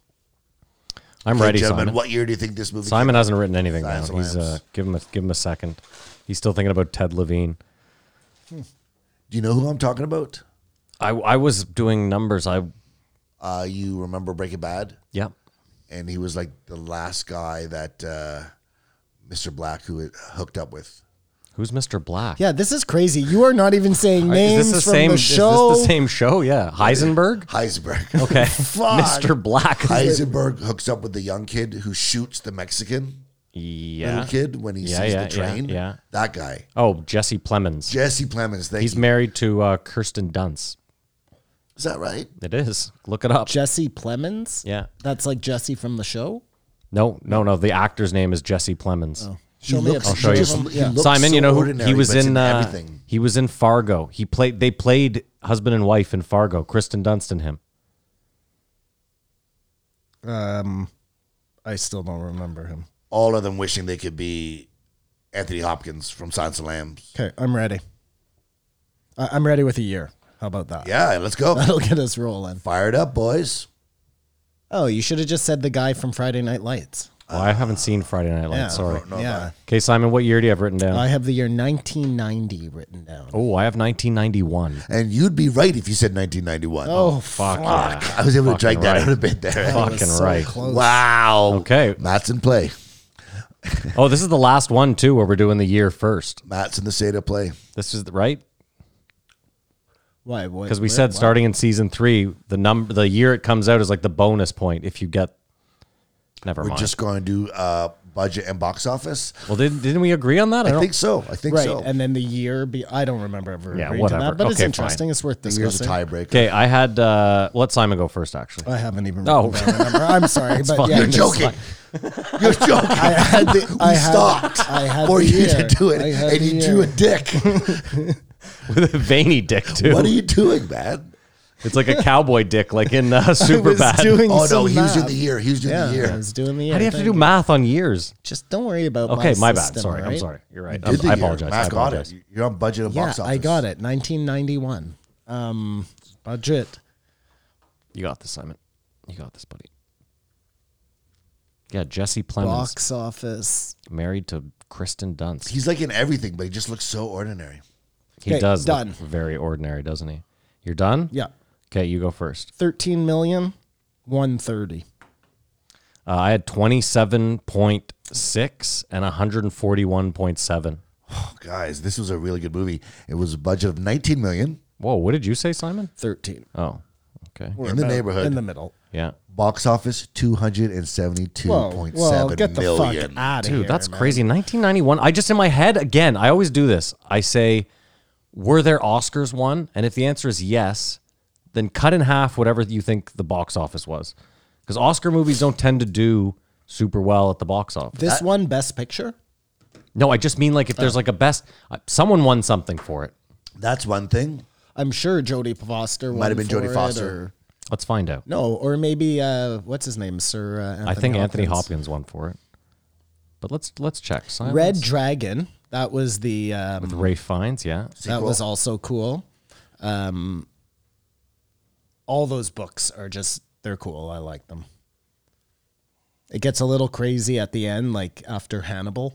S6: I'm
S8: Hey,
S6: ready,
S8: gentlemen.
S6: Simon.
S8: What year do you think this movie?
S6: Simon hasn't written anything
S8: Silence
S6: down. He's uh,
S8: Lambs.
S6: give him a give him a second. He's still thinking about Ted Levine.
S8: Do you know who I'm talking about?
S6: I I was doing numbers. I
S8: Uh, you remember Breaking Bad?
S6: yeah.
S8: and he was like the last guy that uh, Mr. Black who it hooked up with.
S6: Who's Mr. Black?
S7: Yeah, this is crazy. You are not even saying
S6: All right,
S7: names
S6: is this the
S7: from
S6: same
S7: the show.
S6: Is this the same show? Yeah. Heisenberg?
S8: Heisenberg.
S6: Okay. Mr. Black.
S8: Heisenberg hooks up with the young kid who shoots the Mexican
S6: Yeah.
S8: little kid when he
S6: Yeah,
S8: sees
S6: yeah, yeah,
S8: the train.
S6: yeah.
S8: That guy.
S6: Oh, Jesse Plemons.
S8: Jesse Plemons. Thank
S6: He's
S8: you.
S6: married to uh, Kirsten Dunst.
S8: Is that right?
S6: It is. Look it up.
S7: Jesse Plemons.
S6: Yeah.
S7: that's like Jesse from the show.
S6: No, no, no. The actor's name is Jesse Plemons.
S7: Show me a
S8: I'll
S7: picture
S8: show
S7: of
S8: you.
S7: him.
S8: He
S7: Yeah.
S8: looks
S6: Simon,
S8: so
S6: you know who
S8: ordinary,
S6: he was
S8: but it's
S6: in. uh,
S8: everything.
S6: he was in Fargo. He played. They played husband and wife in Fargo. Kristen Dunst and him.
S7: I still don't remember him.
S8: All of them wishing they could be Anthony Hopkins from Silence of the Lambs.
S7: Okay, I'm ready. I- I'm ready with a year. How about that?
S8: Yeah, let's go.
S7: That'll get us rolling.
S8: Fire it up, boys.
S7: Oh, you should have just said the guy from Friday Night Lights.
S6: Oh, I haven't
S8: Ah.
S6: seen Friday Night Lights.
S7: Yeah.
S6: Sorry.
S7: yeah.
S6: Okay, Simon, what year do you have written down?
S7: I have the year 1990 written down.
S6: oh, I have 1991.
S8: And you'd be right if you said 1991.
S7: Oh,
S6: Fuck.
S7: fuck.
S6: yeah.
S8: I was able to drag
S6: fucking
S8: that
S6: right.
S8: out a bit there.
S6: Fucking
S7: so
S6: right.
S7: close.
S8: Wow.
S6: Okay.
S8: Matt's in play.
S6: Oh, this is the last one too, where we're doing the year first.
S8: Matt's in the state of play.
S6: This is the- right
S7: Why?
S6: because we said starting in season three, the number, the year it comes out is like the bonus point if you get Never
S8: We're
S6: mind.
S8: just going to do uh, budget and box office.
S6: well, didn't, didn't we agree on that?
S8: I
S6: don't-
S8: think so. I think
S7: right,
S8: so.
S7: and then the year. Be, I don't remember ever
S6: Yeah,
S7: agreeing to
S6: whatever.
S7: that, but it's
S6: Okay,
S7: interesting.
S6: fine.
S7: It's worth
S8: Here's a
S7: discussing.
S8: tiebreaker.
S6: Okay, I had. Uh, let Simon go first, actually.
S8: Uh,
S7: I haven't even.
S6: Oh.
S7: written down a number. I'm sorry, but
S6: fine.
S7: yeah,
S8: You're
S7: just-
S8: joking. You're joking.
S7: I had the.
S8: we
S7: I had,
S8: stopped
S7: I had
S8: for
S7: the
S8: you
S7: year.
S8: to do it,
S7: I had
S8: and
S7: the
S8: you drew a dick.
S7: year.
S6: With a veiny dick, too.
S8: what are you doing, man?
S6: It's like a cowboy dick, like in uh,
S7: I was
S6: Superbad.
S7: doing
S8: Oh no,
S7: some
S8: he was doing
S7: math.
S8: the year. He was doing
S7: Yeah,
S8: the
S7: I
S8: year.
S7: was doing the year.
S6: How do you have to
S7: Thank
S6: do math on years?
S7: Just don't worry about.
S6: Okay, my, bad.
S7: system,
S6: Sorry, I'm
S7: alright?
S6: sorry. You're right.
S8: Did
S7: Um,
S6: I'm-
S8: the
S6: I
S8: year.
S6: apologize. I
S8: Matt got
S6: apologize.
S8: it. You're on budget and
S7: Yeah,
S8: box office.
S7: I got it. 1991. Um, budget.
S6: You got this, Simon. You got this, buddy. Yeah, Jesse Plemons
S7: Box office.
S6: married to Kristen Dunst.
S8: He's like in everything, but he just looks so ordinary.
S6: he
S7: Okay,
S6: does
S7: done.
S6: look very ordinary, doesn't he? You're done.
S7: Yeah,
S6: Okay, you go first.
S7: 13 million. 130.
S6: Uh, I had twenty-seven point six and one hundred and forty-one point seven.
S8: Oh, guys, this was a really good movie. It was a budget of 19 million
S6: Whoa, what did you say, Simon?
S7: 13.
S6: Oh, okay.
S8: in the neighborhood.
S7: In the middle.
S6: Yeah,
S8: box office
S7: Whoa,
S8: 272.7
S7: whoa, get the
S8: million.
S7: fuck out of here.
S6: dude, that's
S7: man.
S6: crazy. Nineteen ninety-one. I just in my head again. I always do this. I say, were there Oscars won? And if the answer is yes, then cut in half whatever you think the box office was, because Oscar movies don't tend to do super well at the box office.
S7: This one, best picture?
S6: No, I just mean like if there's like a best, uh, someone won something for it.
S8: That's one thing.
S7: I'm sure Jodie Foster
S8: Might have been Jodie
S7: Jodie
S8: Foster.
S6: Let's find out.
S7: no, or maybe uh, what's his name, Sir? Uh, Anthony
S6: I think Anthony Hopkins won for it, but let's let's check. Simon
S7: Red Dragon. That was the um,
S6: Ray Fiennes, yeah.
S7: that was also cool. Um, all those books are just they're cool. I like them. It gets a little crazy at the end, like after Hannibal.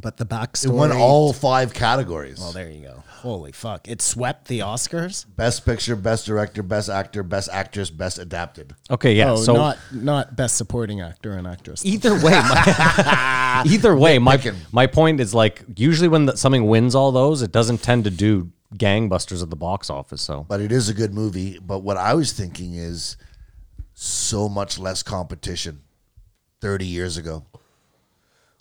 S7: But the backstory.
S8: It won all five categories.
S7: Well, there you go. Holy fuck! It swept the Oscars.
S8: best picture, best director, best actor, best actress, best adapted.
S6: Okay, yeah.
S7: oh,
S6: so
S7: not not best supporting actor and actress.
S6: either way, my, either way, my my point is like usually when the, something wins all those, it doesn't tend to do gangbusters at the box office. So
S8: But it is a good movie. But what I was thinking is so much less competition 30 years ago.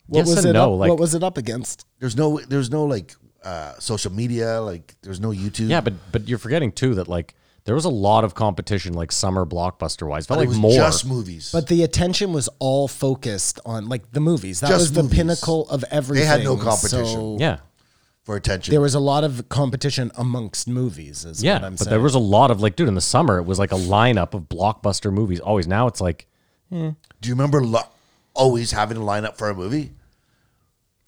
S7: What
S6: yes
S7: was
S6: and
S7: it
S6: no,
S7: up,
S6: like
S7: what was it up against?
S8: There's no, there's no like uh, social media, like there's no YouTube.
S6: yeah, but but you're forgetting too that like there was a lot of competition like summer blockbuster wise. Felt
S8: But it
S6: like
S8: was
S6: more.
S8: just movies.
S7: But the attention was all focused on like the movies. That
S8: Just
S7: was the
S8: movies.
S7: pinnacle of everything.
S8: had no
S7: so
S8: competition.
S6: yeah,
S8: for attention.
S7: there was a lot of competition amongst movies. Is
S6: yeah.
S7: what I'm
S6: But
S7: saying.
S6: there was a lot of like, dude, in the summer it was like a lineup of blockbuster movies. Always now it's like
S8: Do you remember lo- always having a lineup for a movie?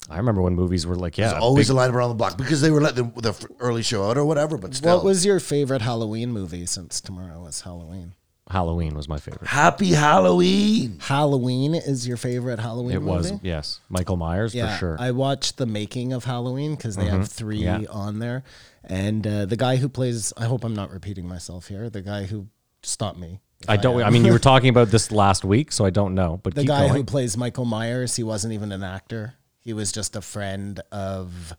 S6: I remember when movies were like,
S8: There's
S6: yeah,
S8: always a lineup around the block because they were letting the, the early show out or whatever. But still,
S7: What was your favorite Halloween movie? Since tomorrow is Halloween.
S6: Halloween was my favorite.
S8: Happy Halloween?
S7: Halloween is your favorite Halloween
S6: It
S7: movie?
S6: was yes, Michael Myers
S7: Yeah,
S6: for sure. Mm-hmm,
S7: I watched the making of Halloween because they have three
S6: Yeah.
S7: on there, and uh, the guy who plays. I hope I'm not repeating myself here. The guy who stop me. if
S6: I
S7: am.
S6: don't. I mean, you were talking about this last week, so I don't know. But
S7: the
S6: keep
S7: guy
S6: going.
S7: who plays Michael Myers, he wasn't even an actor. He was just a friend of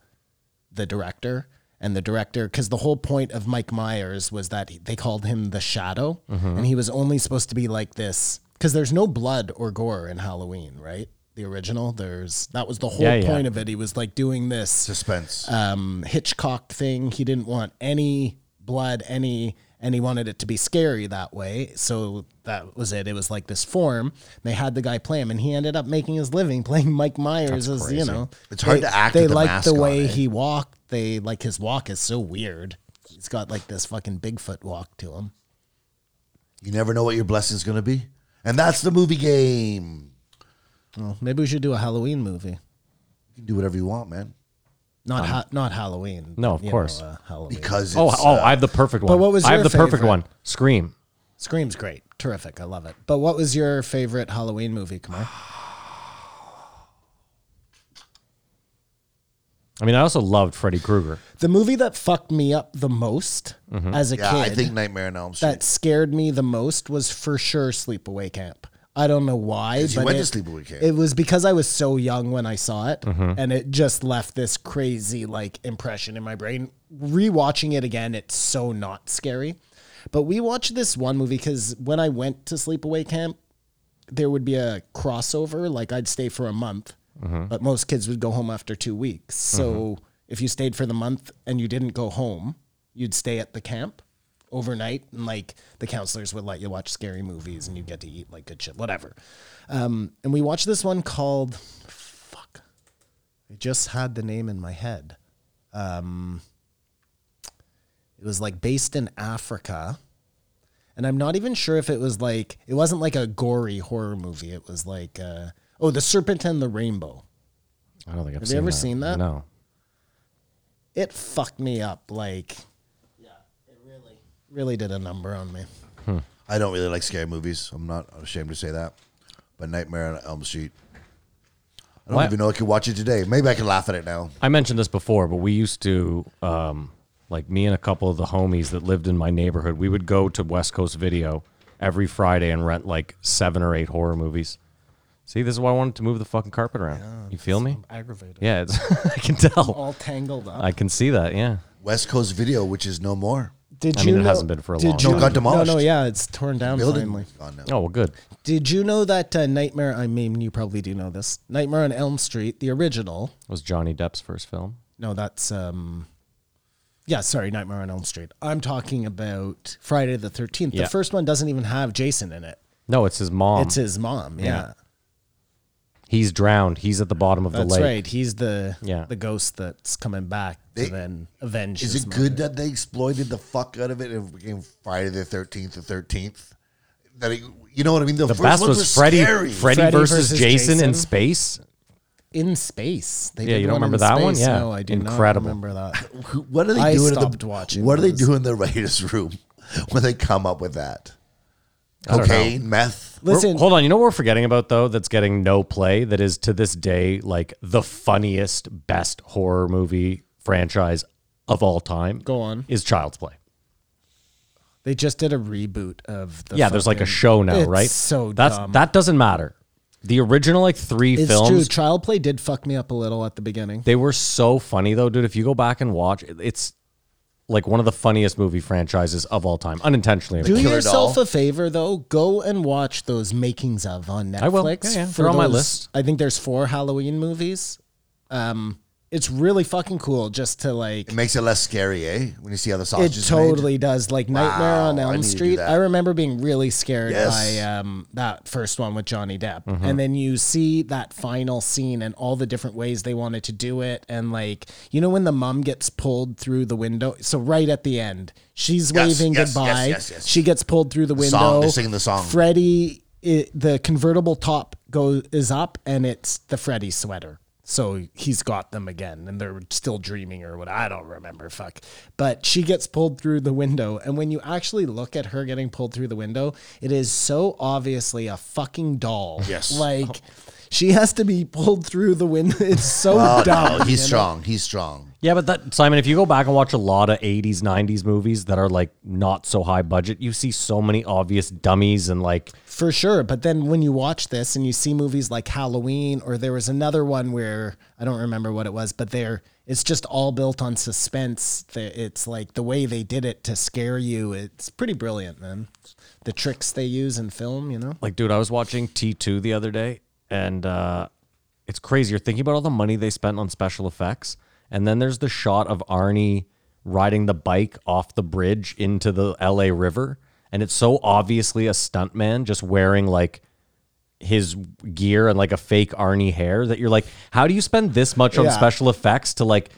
S7: the director. And the director, because the whole point of Mike Myers was that he- they called him the shadow,
S6: Mm-hmm.
S7: and he was only supposed to be like this because there's no blood or gore in Halloween, right? The original, there's that was the whole
S6: Yeah, yeah.
S7: point of it. He was like doing this
S8: Suspense.
S7: um, Hitchcock thing. He didn't want any blood, any, and he wanted it to be scary that way. So that was it. It was like this form. They had the guy play him, and he ended up making his living playing Mike Myers. as you know,
S8: It's hard
S7: they-
S8: to act
S7: They
S8: with a
S7: like
S8: mask
S7: the
S8: on,
S7: way
S8: eh?
S7: he walked. They like his walk is so weird. He's got like this fucking Bigfoot walk to him.
S8: you never know what your blessing's going to be, and that's the movie game.
S7: Well, maybe we should do a Halloween movie.
S8: You can do whatever you want, man, Um,
S7: Not ha- not Halloween.
S6: no, of
S7: you
S6: course.
S7: uh, Halloween.
S8: because it's,
S6: oh, oh,
S8: uh,
S6: I have the perfect one.
S7: what was
S6: I have
S7: your
S6: the perfect
S7: favorite?
S6: one. Scream.
S7: Scream's great, terrific. I love it. But what was your favorite Halloween movie, Kamar?
S6: I mean, I also loved Freddy Krueger.
S7: The movie that fucked me up the most as a
S8: yeah,
S7: kid,
S8: I think Nightmare on Elm Street.
S7: that scared me the most was for sure Sleepaway Camp. I don't know why,
S8: 'Cause you
S7: but
S8: went
S7: it,
S8: to Sleepaway Camp.
S7: it was because I was so young when I saw it, and it just left this crazy like impression in my brain. Rewatching it again, it's so not scary. But we watched this one movie because when I went to Sleepaway Camp, there would be a crossover. Like I'd stay for a month, but most kids would go home after two weeks. So if you stayed for the month and you didn't go home, you'd stay at the camp overnight, and like the counselors would let you watch scary movies, and you get to eat like good shit, whatever. Um, and we watched this one called Fuck. I just had the name in my head. Um, It was like based in Africa. And I'm not even sure if it was like it wasn't like a gory horror movie. It was like uh, oh, The Serpent and the Rainbow.
S6: I don't think I've
S7: Have you
S6: seen
S7: ever
S6: that.
S7: seen that?
S6: No.
S7: It fucked me up like Yeah, it really really did a number on me.
S8: I don't really like scary movies. I'm not ashamed to say that. But Nightmare on Elm Street. I don't
S6: Why-
S8: even know I could watch it today. Maybe I can laugh at it now.
S6: I mentioned this before, but we used to, um, like me and a couple of the homies that lived in my neighborhood, we would go to West Coast Video every Friday and rent like seven or eight horror movies. See, this is why I wanted to move the fucking carpet around. you feel me?
S7: Aggravated.
S6: Yeah, it's, I can tell.
S7: All tangled up.
S6: I can see that. Yeah.
S8: West Coast Video, which is no more.
S7: did
S6: I mean, it hasn't been for a long
S7: you
S8: No, it got
S7: No, no,
S8: demolished.
S7: yeah, it's torn down
S8: Building
S7: finally.
S8: is gone now.
S6: Oh well, good.
S7: Did you know that uh, Nightmare I mean you probably do know this. Nightmare on Elm Street, the original,
S6: It was Johnny Depp's first film?
S7: No, that's um yeah, sorry, Nightmare on Elm Street. I'm talking about Friday the 13th.
S6: Yeah. Um,
S7: The first one doesn't even have Jason in it.
S6: No, it's his mom.
S7: it's his mom. Yeah.
S6: He's drowned. He's at the bottom of
S7: That's
S6: the lake.
S7: right. He's the
S6: Yeah.
S7: the ghost that's coming back
S8: They-
S7: to then avenge
S8: Is
S7: his
S8: it
S7: mom.
S8: good that they exploited the fuck out of it and it became Friday the 13th the 13th? That it, you know what I mean? The,
S6: The
S8: first
S6: best
S8: ones
S6: was,
S8: were
S6: Freddy,
S8: scary.
S6: Freddy.
S7: Freddy
S6: versus,
S7: versus
S6: Jason, in
S7: Jason.
S6: space.
S7: In space. They
S6: Yeah,
S7: did
S6: you don't
S7: one in
S6: remember that one?
S7: space.
S6: Yeah.
S7: No, I do
S6: Incredible.
S7: not remember that.
S8: Who- What are they
S7: I
S8: doing? in
S7: stopped
S8: the,
S7: watching
S8: What do they
S7: those.
S8: do in the writers' room when they come up with that?
S6: I don't know.
S8: Cocaine, meth.
S6: We're-
S7: Listen,
S6: hold on. You know what we're forgetting about though? That's getting no play. That is to this day like the funniest, best horror movie franchise of all time.
S7: Go on.
S6: Is Child's Play?
S7: they just did a reboot of the
S6: yeah, there's like a
S7: fucking-
S6: show now,
S7: It's
S6: right?
S7: So
S6: that's
S7: dumb.
S6: that doesn't matter. The original like three
S7: it's
S6: films.
S7: true. Child play did fuck me up a little at the beginning.
S6: They were so funny though, dude. If you go back and watch, it- it's like one of the funniest movie franchises of all time, unintentionally.
S7: Do
S8: Killer
S7: yourself
S8: Doll.
S7: a favor though. Go and watch those makings of on Netflix.
S6: I will. Yeah, yeah.
S7: For
S6: They're on my
S7: those-
S6: list.
S7: I think there's four Halloween movies. Um, it's really fucking cool just to like.
S8: It makes it less scary, eh? When you see how the
S7: It
S8: sausage is made.
S7: totally does. Like Nightmare on
S8: Wow, I
S7: Elm
S8: need to do
S7: Street.
S8: that.
S7: I remember being really scared
S8: Yes. Mm-hmm.
S7: by um, that first one with Johnny Depp. And then you see that final scene and all the different ways they wanted to do it. And like, you know, when the mom gets pulled through the window. So right at the end, she's
S8: Yes,
S7: waving
S8: yes, yes,
S7: goodbye.
S8: yes, yes.
S7: She gets pulled through the window.
S8: song. They're singing the song.
S7: Freddy, i the convertible top goes is up, and it's the Freddy sweater. So he's got them again, and they're still dreaming or what. I don't remember. Fuck. But she gets pulled through the window, and when you actually look at her getting pulled through the window, it is so obviously a fucking doll.
S8: Yes.
S7: Like she has to be pulled through the window. It's so
S8: Oh,
S7: dumb.
S8: no, he's strong. He's strong.
S6: Yeah, but that Simon, if you go back and watch a lot of '80s, '90s movies that are like not so high budget, you see so many obvious dummies and like
S7: For sure. But then when you watch this and you see movies like Halloween, or there was another one where I don't remember what it was, but there it's just all built on suspense. The- It's like the way they did it to scare you. It's pretty brilliant, man. The tricks they use in film, you know?
S6: like dude i was watching t2 the other day and uh it's crazy you're thinking about all the money they spent on special effects and then there's the shot of arnie riding the bike off the bridge into the la river and it's so obviously a stuntman just wearing like his gear and like a fake arnie hair that you're like how do you spend this much on
S7: Yeah.
S6: special effects to like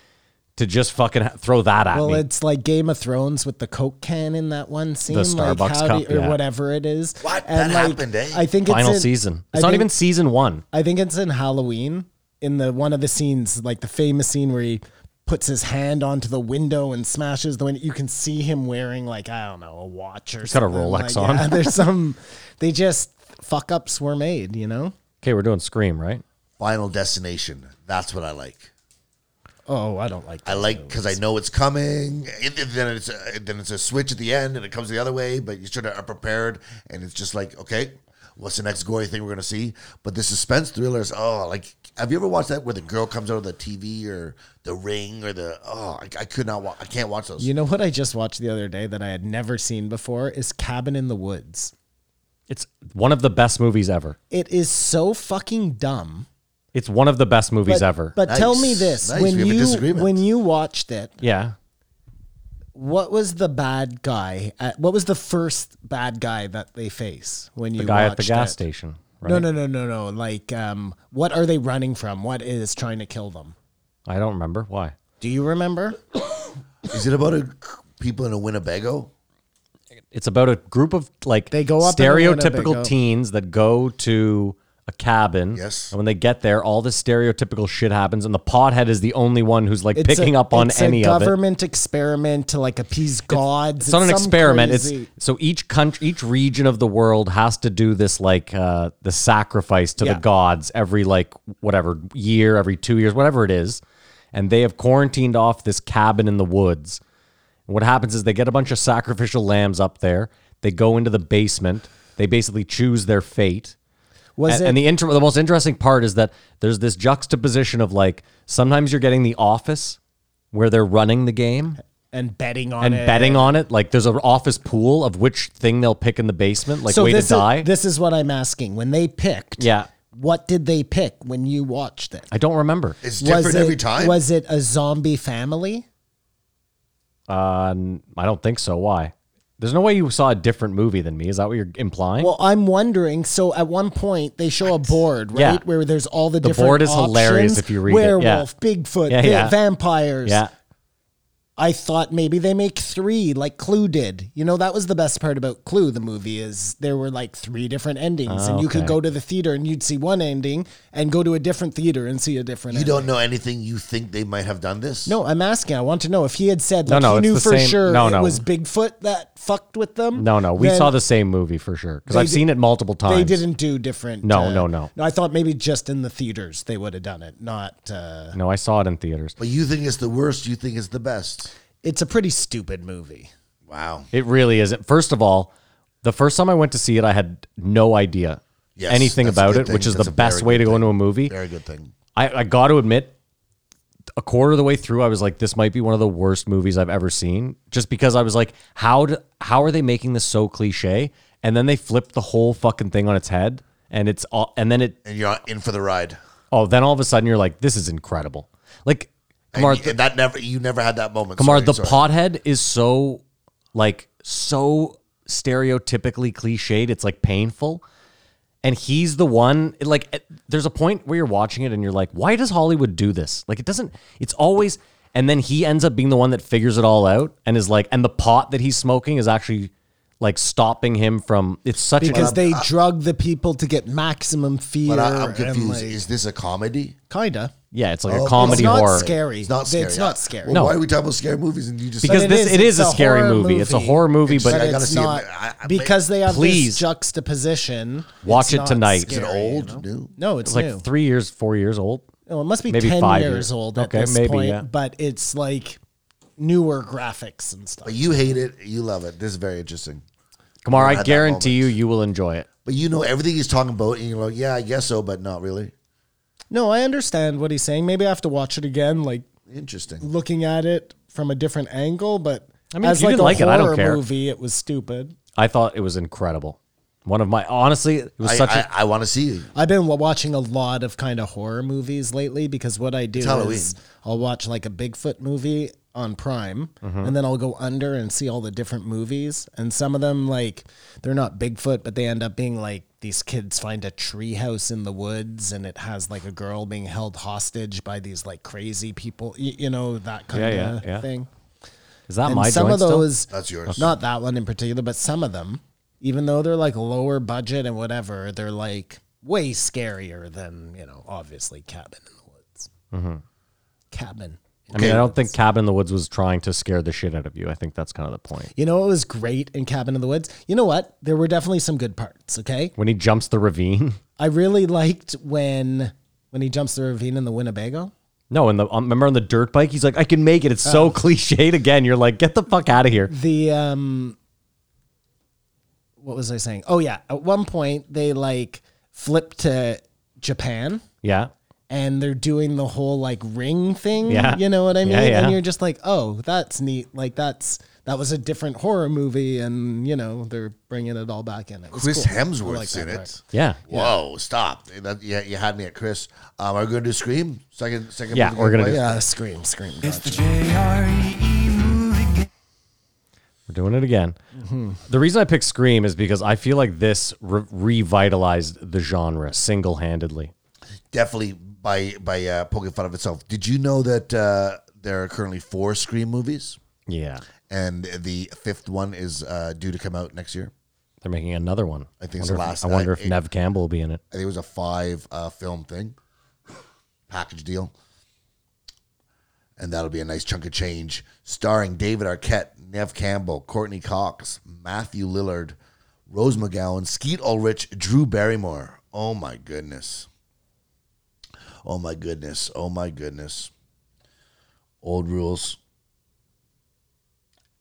S6: to just fucking ha- throw that at
S7: Well,
S6: me
S7: it's like Game of Thrones with the Coke can in that one scene,
S6: Starbucks
S7: like how do
S6: cup,
S7: you- or
S6: yeah.
S7: whatever it is.
S8: What?
S7: And
S8: That
S7: like,
S8: happened, eh?
S7: I think it's
S6: final
S7: in-
S6: season
S7: I
S6: it's not
S7: think-
S6: even season one
S7: I think it's in Halloween in the one of the scenes, like the famous scene where he puts his hand onto the window and smashes the window. You can see him wearing like I don't know a watch or
S6: got a
S7: something.
S6: Rolex
S7: like,
S6: on.
S7: Yeah, there's some. They just fuck ups were made, you know.
S6: okay we're doing scream right
S8: Final Destination. That's what I like.
S7: Oh, I don't like.
S8: I
S7: that
S8: like
S7: movie.
S8: because I know it's coming. It, it- then it's a, then it's a switch at the end, and it comes the other way. But you sort of are prepared, and it's just like, okay, what's the next gory thing we're gonna see? But the suspense thrillers, oh, like have you ever watched that where the girl comes out of the TV or the ring or the oh, I, I could not watch. I can't watch those.
S7: You know what I just watched the other day that I had never seen before is Cabin in the Woods.
S6: It's one of the best movies ever.
S7: It is so fucking dumb.
S6: It's one of the best movies
S7: But,
S6: ever.
S7: but tell me
S8: Nice.
S7: this:
S8: Nice,
S7: when
S8: we have a
S7: you
S8: disagreement.
S7: when you watched it,
S6: yeah.
S7: what was the bad guy? At, what was the first bad guy that they face when you
S6: The guy at the
S7: watched
S6: gas
S7: it?
S6: station. Right?
S7: No, no, no, no, no. Like, um, what are they running from? What is trying to kill them?
S6: I don't remember. Why?
S7: Do you remember?
S8: Is it about a, people in a Winnebago?
S6: It's about a group of like
S7: They go up in Winnebago.
S6: stereotypical teens that go to a cabin.
S8: Yes.
S6: And when they get there, all the stereotypical shit happens, and the pothead is the only one who's like
S7: It's
S6: picking
S7: a-
S6: up on
S7: it's
S6: any
S7: a
S6: of it.
S7: government experiment to like appease gods.
S6: It's, not an
S7: some
S6: experiment.
S7: crazy-
S6: It's so each country, each region of the world has to do this like uh, the sacrifice to
S7: Yeah.
S6: the gods every like whatever year, every two years, whatever it is, and they have quarantined off this cabin in the woods. And what happens is they get a bunch of sacrificial lambs up there. They go into the basement. They basically choose their fate.
S7: was
S6: And,
S7: it
S6: and the inter- the most interesting part is that there's this juxtaposition of like sometimes you're getting the office where they're running the game
S7: and betting on
S6: and
S7: it.
S6: betting on it. Like there's an office pool of which thing they'll pick in the basement, like
S7: so
S6: way to
S7: this
S6: die.
S7: Is, this is what I'm asking. When they picked,
S6: Yeah.
S7: what did they pick when you watched it?
S6: I don't remember.
S8: It's different
S7: was it,
S8: every time.
S7: Was it a zombie family?
S6: Uh, n- I don't think so. Why? There's no way you saw a different movie than me. Is that what you're implying?
S7: Well, I'm wondering. So at one point they show a board, right,
S6: Yeah.
S7: where there's all the, different
S6: board is hilarious
S7: options.
S6: if you read it, yeah.
S7: werewolf, Bigfoot,
S6: Yeah,
S7: va-
S6: yeah.
S7: vampires.
S6: yeah.
S7: I thought maybe they make three, like Clue did. You know, that was the best part about Clue, the movie, is there were like three different endings, and you could
S6: okay.
S7: go to the theater and you'd see one ending, and go to a different theater and see a different.
S8: You
S7: ending.
S8: don't know anything. You think they might have done this?
S7: No, I'm asking. I want to know if he had said
S6: No,
S7: like
S6: no,
S7: he
S6: it's
S7: knew
S6: the
S7: for
S6: same-
S7: sure
S6: no,
S7: it
S6: no.
S7: was Bigfoot that fucked with them.
S6: No, no. We
S7: then
S6: saw the same movie for sure because
S7: They
S6: I've
S7: di-
S6: seen it multiple times.
S7: They didn't do different. uh,
S6: No, no, no.
S7: I thought maybe just in the theaters they would have done it. Not. Uh,
S6: No, I saw it in theaters.
S8: But you think it's the worst. You think it's the best.
S7: it's a pretty stupid movie.
S8: Wow.
S6: It really isn't. First of all, the first time I went to see it, I had no idea
S8: Yes,
S6: anything
S8: that's a
S6: about
S8: good
S6: it,
S8: thing.
S6: which is
S8: That's
S6: the
S8: a
S6: best
S8: very
S6: way
S8: good
S6: to go
S8: thing.
S6: into a movie.
S8: Very good thing.
S6: I, I got to admit, a quarter of the way through, I was like, this might be one of the worst movies I've ever seen, just because I was like, how do, how are they making this so cliche? And then they flip the whole fucking thing on its head, and it's all, and then it,
S8: And you're in for the ride.
S6: oh, then all of a sudden you're like, this is incredible. Like,
S8: And
S6: Kamar,
S8: you- and that never. You never had that moment.
S6: Kamar,
S8: Sorry,
S6: the
S8: sorry.
S6: pothead is so like so stereotypically cliched. It's like painful. And he's the one like eh, there's a point where you're watching it and you're like, why does Hollywood do this? Like it doesn't it's always and then he ends up being the one that figures it all out and is like and the pot that he's smoking is actually like stopping him from it's such
S7: Because
S6: a
S7: they drug the people to get maximum fear.
S8: But I, am
S7: and,
S8: confused.
S7: like,
S8: is this a comedy?
S7: kinda.
S6: yeah, it's like a comedy
S7: Oh, it's not
S6: horror.
S7: scary.
S8: It's not scary.
S7: It's not scary.
S8: Well,
S6: No.
S8: Why are we talking about scary movies and you just
S6: Because
S7: But it
S6: this
S7: is-
S6: it is
S7: it's
S6: a
S7: a
S6: scary
S7: horror
S6: movie. It's a
S7: movie.
S6: horror movie,
S8: It's-
S6: but
S8: I gotta
S7: it's
S8: see it.
S7: not
S8: I- I-
S7: because they have
S6: Please.
S7: this juxtaposition.
S6: Watch
S7: it's
S6: it
S7: not
S6: tonight. Is
S8: Is it
S7: scary,
S8: old?
S7: you know?
S8: New?
S7: No, it's,
S6: it's like
S7: new.
S6: three years, four years old.
S7: Oh, it must be
S6: maybe
S7: ten
S6: five
S7: years,
S6: years.
S7: old at
S6: Okay,
S7: this
S6: maybe,
S7: point,
S6: yeah.
S7: but it's like newer graphics and stuff.
S8: But you hate it. You love it. This is very interesting.
S6: Kamar,
S8: at
S6: I
S8: that
S6: guarantee you,
S8: moment.
S6: you will enjoy it.
S8: But you know everything he's talking about, and you're like, yeah, I guess so, but not really.
S7: No, I understand what he's saying. Maybe I have to watch it again, like
S8: Interesting.
S7: looking at it from a different angle. But
S6: I mean,
S7: as
S6: if you
S7: like
S6: didn't
S7: a
S6: like it,
S7: horror
S6: I don't care.
S7: movie, it was stupid.
S6: I thought it was incredible. One of my honestly, it was
S8: I,
S6: such a
S8: I, I want to see you.
S7: I've been wa- watching a lot of kind of horror movies lately because what I do is
S8: Halloween.
S7: I'll watch like a Bigfoot movie on Prime
S6: Mm-hmm.
S7: and then I'll go under and see all the different movies and some of them like they're not Bigfoot but they end up being like these kids find a treehouse in the woods and it has like a girl being held hostage by these like crazy people y- you know that kind
S6: yeah,
S7: of
S6: yeah.
S7: thing.
S6: is that
S7: and
S6: my
S7: some
S6: joint
S7: of those
S8: That's yours.
S7: not that one in particular, but some of them, even though they're like lower budget and whatever, they're like way scarier than, you know, obviously Cabin in the Woods. Cabin.
S6: still? I mean, I don't think Cabin in the Woods was trying to scare the shit out of you. I think that's kind of the point.
S7: You know what was great in Cabin in the Woods? You know what? There were definitely some good parts, okay?
S6: When he jumps the ravine,
S7: I really liked when when he jumps the ravine in the Winnebago.
S6: no, and the um, remember on the dirt bike, he's like, I can make it. It's
S7: Oh.
S6: so cliched again. You're like, get the fuck out of here.
S7: the um what was i saying oh yeah at one point they like flip to japan
S6: Yeah,
S7: and they're doing the whole like ring thing
S6: Yeah.
S7: you know what i mean
S6: Yeah, yeah.
S7: and you're just like oh that's neat like that's that was a different horror movie, and you know they're bringing it all back in. It was
S8: Chris
S7: cool. I
S8: Hemsworth's
S7: that
S8: in
S7: part.
S8: it.
S6: Yeah.
S8: Whoa, stop. That, yeah, you had me at Chris. Um, are we going to do Scream? Second, second
S6: Yeah,
S8: movie
S6: we're gonna
S8: play?
S6: do-
S7: Yeah, scream, scream.
S10: It's the JRE E movie. gang.
S6: We're doing it again.
S7: Mm-hmm.
S6: The reason I picked Scream is because I feel like this re- revitalized the genre single handedly.
S8: Definitely by, by uh, poking fun of itself. Did you know that uh, there are currently four Scream movies?
S6: Yeah.
S8: And the fifth one is uh, due to come out next year.
S6: They're making another one.
S8: I think it's the
S6: wonder if-
S8: last-
S6: I wonder
S8: I-
S6: if
S8: it-
S6: Nev Campbell will be in it.
S8: I think it was a five uh, film thing, package deal. And that'll be a nice chunk of change. Starring David Arquette, Nev Campbell, Courtney Cox, Matthew Lillard, Rose McGowan, Skeet Ulrich, Drew Barrymore. Oh my goodness. Oh my goodness. Oh my goodness. Old rules.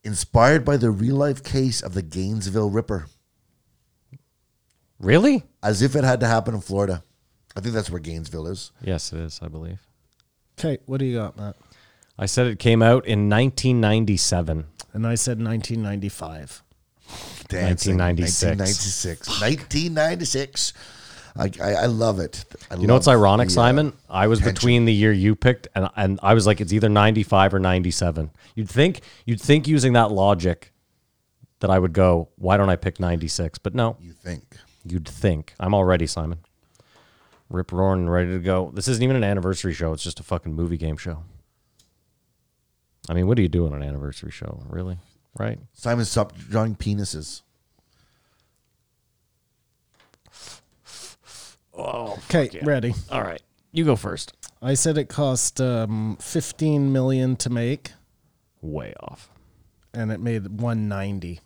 S8: Inspired by the real life case of the Gainesville Ripper
S6: Really?
S8: as if it had to happen in Florida. I think that's where Gainesville is.
S6: Yes, it is, I believe.
S7: Okay, what do you got, Matt?
S6: I said it came out in 1997.
S7: And I said 1995.
S8: Dancing.
S6: 1996.
S8: 1996. 1996. I, I, I love uh, it. I
S6: You know what's ironic, Simon? I was
S8: tension.
S6: between the year you picked and and I was like, it's either ninety five or ninety seven. You'd think you'd think using that logic that I would go, why don't I pick ninety six? But no,
S8: You think.
S6: you'd think. I'm all ready, Simon. Rip roaring, ready to go. This isn't even an anniversary show. It's just a fucking movie game show. I mean, what do you do on an anniversary show, really? Right?
S8: Simon, stop drawing penises.
S7: Okay, ready.
S6: Oh, All right, you go first.
S7: I said it cost um, 15 million to make,
S6: Way off.
S7: and it made 190.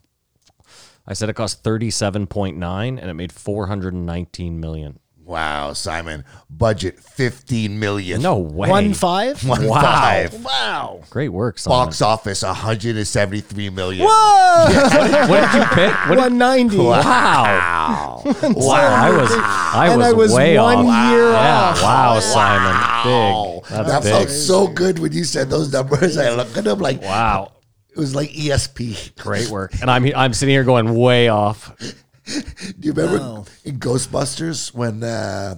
S6: I said it cost thirty seven point nine, and it made four hundred and nineteen million.
S8: Wow, Simon. Budget 15 million.
S6: No way.
S7: One five.
S8: One
S6: Wow.
S8: Five.
S7: Wow.
S6: Great work, Simon.
S8: Box office 173 million.
S6: What did you pick? What did-
S7: 190.
S6: wow. wow. I was I
S7: And
S6: was,
S7: I was
S6: way
S7: one
S6: off.
S7: year
S6: yeah.
S7: off.
S6: Wow, Simon. Big. That's
S8: That
S6: big.
S8: felt so good when you said those numbers. I looked at them like
S6: wow.
S8: it was like E ESP.
S6: Great work. And I'm I'm sitting here going way off.
S8: Do you remember in Ghostbusters when uh,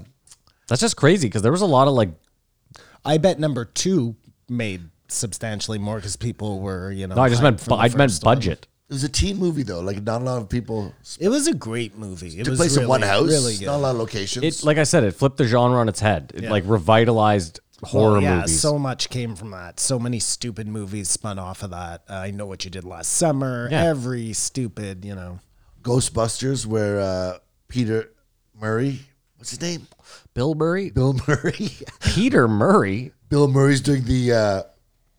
S6: That's just crazy because there was a lot of like
S7: I bet number two made substantially more because people were, you know.
S6: no, I just
S7: hyped
S6: meant
S7: from the
S6: I meant
S7: first one.
S6: budget.
S8: It was a teen movie though. Like not a lot of people
S7: It was a great movie. It
S8: took
S7: was
S8: place
S7: really,
S8: in one house.
S7: Really
S8: Not a
S7: good.
S8: lot of locations.
S6: It like I said, it flipped the genre on its head. It like revitalized horror
S7: yeah,
S6: movies.
S7: so much came from that. So many stupid movies spun off of that. Uh, I know what you did last summer.
S6: Yeah.
S7: Every stupid, you know.
S8: Ghostbusters, where uh, Peter Murray, what's his name?
S6: Bill Murray,
S8: Bill Murray.
S6: Peter Murray.
S8: Bill Murray's doing the uh,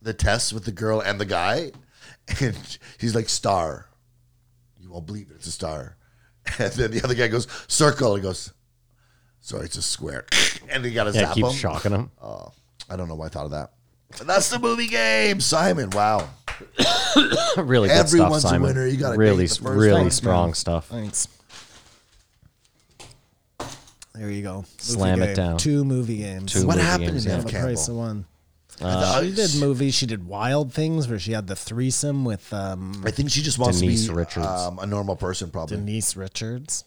S8: the test with the girl and the guy, and he's like star. You won't believe it. It's a star. And then the other guy goes circle. He goes, sorry, it's a square. And he got to
S6: Yeah,
S8: zap
S6: keep
S8: him.
S6: shocking him.
S8: Oh, I don't know why I thought of that. But that's the movie game, Simon. Wow.
S6: really good stuff,
S8: Everyone's a
S6: Simon.
S8: winner. You gotta
S6: really,
S8: take the first
S6: really
S8: one.
S6: strong stuff.
S7: Thanks. There you go. Movie
S6: Slam it
S7: game.
S6: down.
S7: Two movie games.
S6: Two
S8: What
S6: movie
S8: happened
S6: games,
S8: to
S6: yeah.
S8: Nev
S7: the price of
S8: Campbell?
S7: one.
S8: I thought-
S7: She did movies. She did Wild Things, where she had the threesome with um,
S8: I think she just wants
S6: Denise
S8: to be
S6: Richards.
S8: Um, a normal person, probably.
S7: Denise Richards.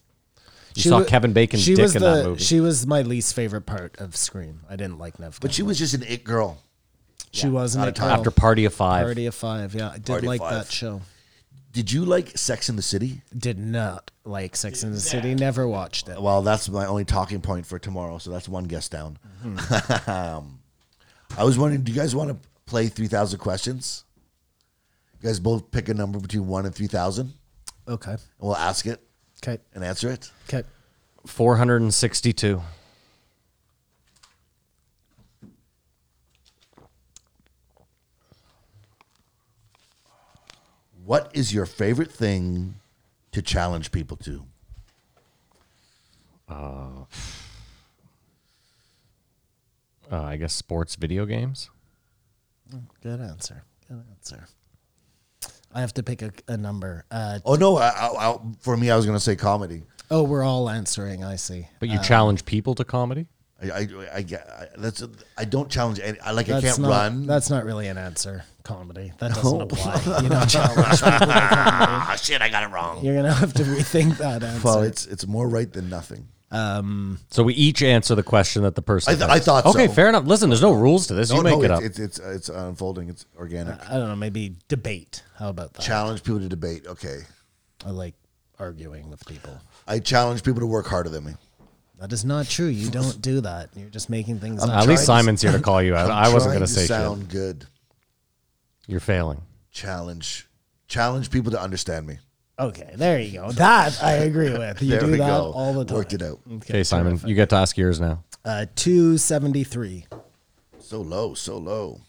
S6: You saw
S7: wa-
S6: Kevin Bacon's
S7: she
S6: dick
S7: was
S6: in
S7: the,
S6: that movie.
S7: She was my least favorite part of Scream. I didn't like Nev.
S8: But she was just an it girl.
S7: she was not
S8: not
S7: a
S8: a time.
S6: After Party of Five,
S7: Party of Five. Yeah, I did
S8: Party of
S7: like
S8: Five.
S7: that show.
S8: Did you like Sex in the City?
S7: Did not like Sex and the City. Never watched it.
S8: Well, that's my only talking point for tomorrow. So that's one guess down. Um, I was wondering, do you guys want to play 3,000 questions? You guys both pick a number between 1 and 3,000, and
S7: Okay.
S8: we'll ask it
S7: Okay.
S8: and answer it.
S7: Okay.
S6: 462.
S8: What is your favorite thing to challenge people to?
S6: Uh, I guess sports video games.
S7: Good answer. Good answer. I have to pick a, a number. Uh,
S8: Oh, no. I, I, I, for me, I was going to say comedy.
S7: oh, we're all answering. I see.
S8: Uh,
S6: But you challenge people to comedy?
S8: I I, I, I, get- I that's I don't challenge any. I like
S7: That's
S8: I can't
S7: not,
S8: run.
S7: That's not really an answer. Comedy that doesn't apply. You know, challenge people in comedy.
S9: Ah, shit, I got it wrong.
S7: You're gonna have to rethink that answer.
S8: well, it's it's more right than nothing.
S6: So we each answer the question that the person.
S8: I th-
S6: has.
S8: I thought so.
S6: Okay, fair enough. Listen, there's no rules to this.
S8: No,
S6: you make
S8: Oh, no, it's,
S6: it up. Uh,
S8: It's, it's it's uh, unfolding. It's organic.
S7: I don't know. Maybe debate. How about that?
S8: challenge people to debate. Okay,
S7: I like arguing with people.
S8: I challenge people to work harder than me.
S7: That is not true. You don't do that. You're just making things up.
S6: At least
S8: trying to-
S6: Simon's here to call you
S8: I'm
S6: out. I
S8: trying
S6: wasn't going to
S8: to
S6: say
S8: sound
S6: shit.
S8: good.
S6: You're failing.
S8: Challenge challenge people to understand me.
S7: Okay, there you go. That I agree with. You
S8: There
S7: do
S8: we
S7: that
S8: go.
S7: all the time.
S8: Worked it out.
S6: Okay, Simon, you get to ask yours now.
S7: Uh, 273.
S8: So low, so low.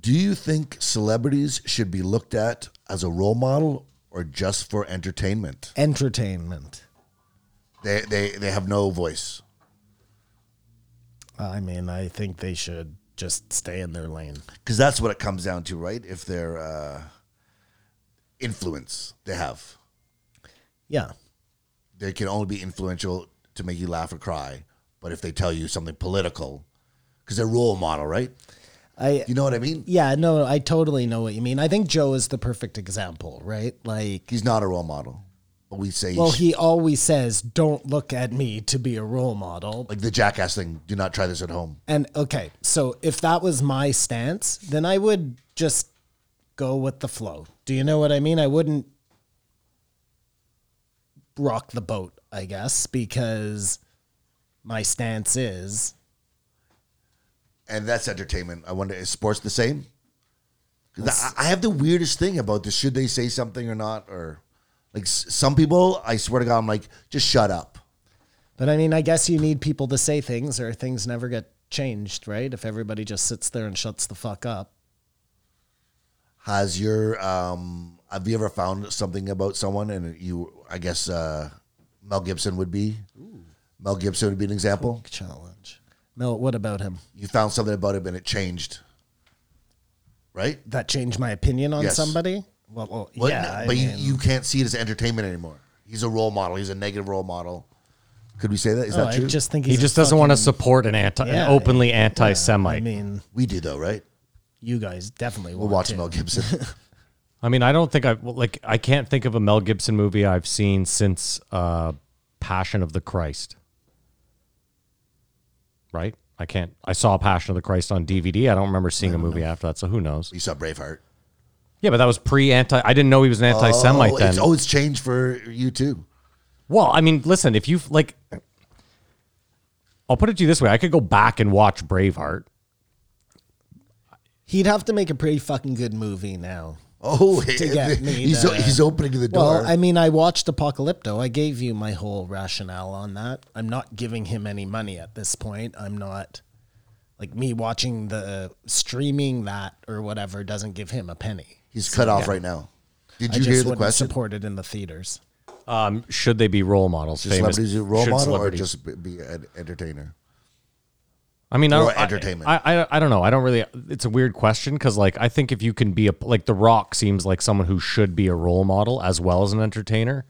S8: Do you think celebrities should be looked at as a role model or just for entertainment?
S7: Entertainment.
S8: They they, they have no voice.
S7: I mean, I think they should just stay in their lane.
S8: Because that's what it comes down to, right? If they're uh, influence they have.
S7: Yeah.
S8: They can only be influential to make you laugh or cry. But if they tell you something political, because they're role model, right?
S7: I
S8: You know what I mean?
S7: yeah, no, I totally know what you mean. I think Joe is the perfect example, right? Like
S8: He's not a role model. But we say
S7: well,
S8: he
S7: he always says, "Don't look at me to be a role model."
S8: like the jackass thing. Do not try this at home.
S7: And okay, so if that was my stance, then I would just go with the flow. Do you know what I mean? I wouldn't rock the boat, I guess, because my stance is
S8: And that's entertainment. I wonder, is sports the same? 'Cause I, I have the weirdest thing about this. Should they say something or not? Or like s- some people, I swear to God, I'm like, just shut up.
S7: But I mean, I guess you need people to say things or things never get changed, right? If everybody just sits there and shuts the fuck up.
S8: Has your um have you ever found something about someone and you I guess uh Mel Gibson would be Mel Gibson would be an example.
S7: Challenge. Mel, what about him?
S8: You found something about him and it changed. Right?
S7: That changed my opinion on
S8: Yes.
S7: somebody? Well, well,
S8: But,
S7: yeah. I
S8: but you,
S7: mean,
S8: you can't see it as entertainment anymore. He's a role model. He's a negative role model. Could we say that? Is
S7: no,
S8: that
S7: oh, I
S8: true?
S7: just think
S6: He
S7: he's a
S6: just doesn't want to support an anti,
S7: Yeah,
S6: an openly anti-Semite.
S7: I mean,
S8: we do though, right?
S7: you guys definitely
S8: We'll
S7: will
S8: watch Mel Gibson.
S6: I mean, I don't think I well, like. I can't think of a Mel Gibson movie I've seen since uh, Passion of the Christ. Right? I can't. I saw Passion of the Christ on DVD. I don't remember seeing a movie after that. So who knows?
S8: you saw Braveheart.
S6: Yeah, but that was pre-anti. I didn't know he was an anti-Semite
S8: oh,
S6: then.
S8: It's, oh, it's changed for you too.
S6: Well, I mean, listen, if you like, I'll put it to you this way: I could go back and watch Braveheart.
S7: He'd have to make a pretty fucking good movie now.
S8: Oh,
S7: get me
S8: he's
S7: to-
S8: he's opening the door.
S7: Well, I mean, I watched Apocalypto. I gave you my whole rationale on that. I'm not giving him any money at this point. I'm not like me watching the uh, streaming that or whatever doesn't give him a penny.
S8: he's cut off right now. Did
S7: I
S8: you
S7: just
S8: hear the
S7: wouldn't
S8: question?
S7: support it in the theaters.
S6: Um, should they be role models?
S8: Should
S6: famous-
S8: celebrities be a role
S6: should
S8: model
S6: celebrities-
S8: or just be- be an entertainer?
S6: I mean, I
S8: Or
S6: don't- I-
S8: entertainment.
S6: I, I, I don't know. I don't really. It's a weird question because, like, I think if you can be a like The Rock seems like someone who should be a role model as well as an entertainer.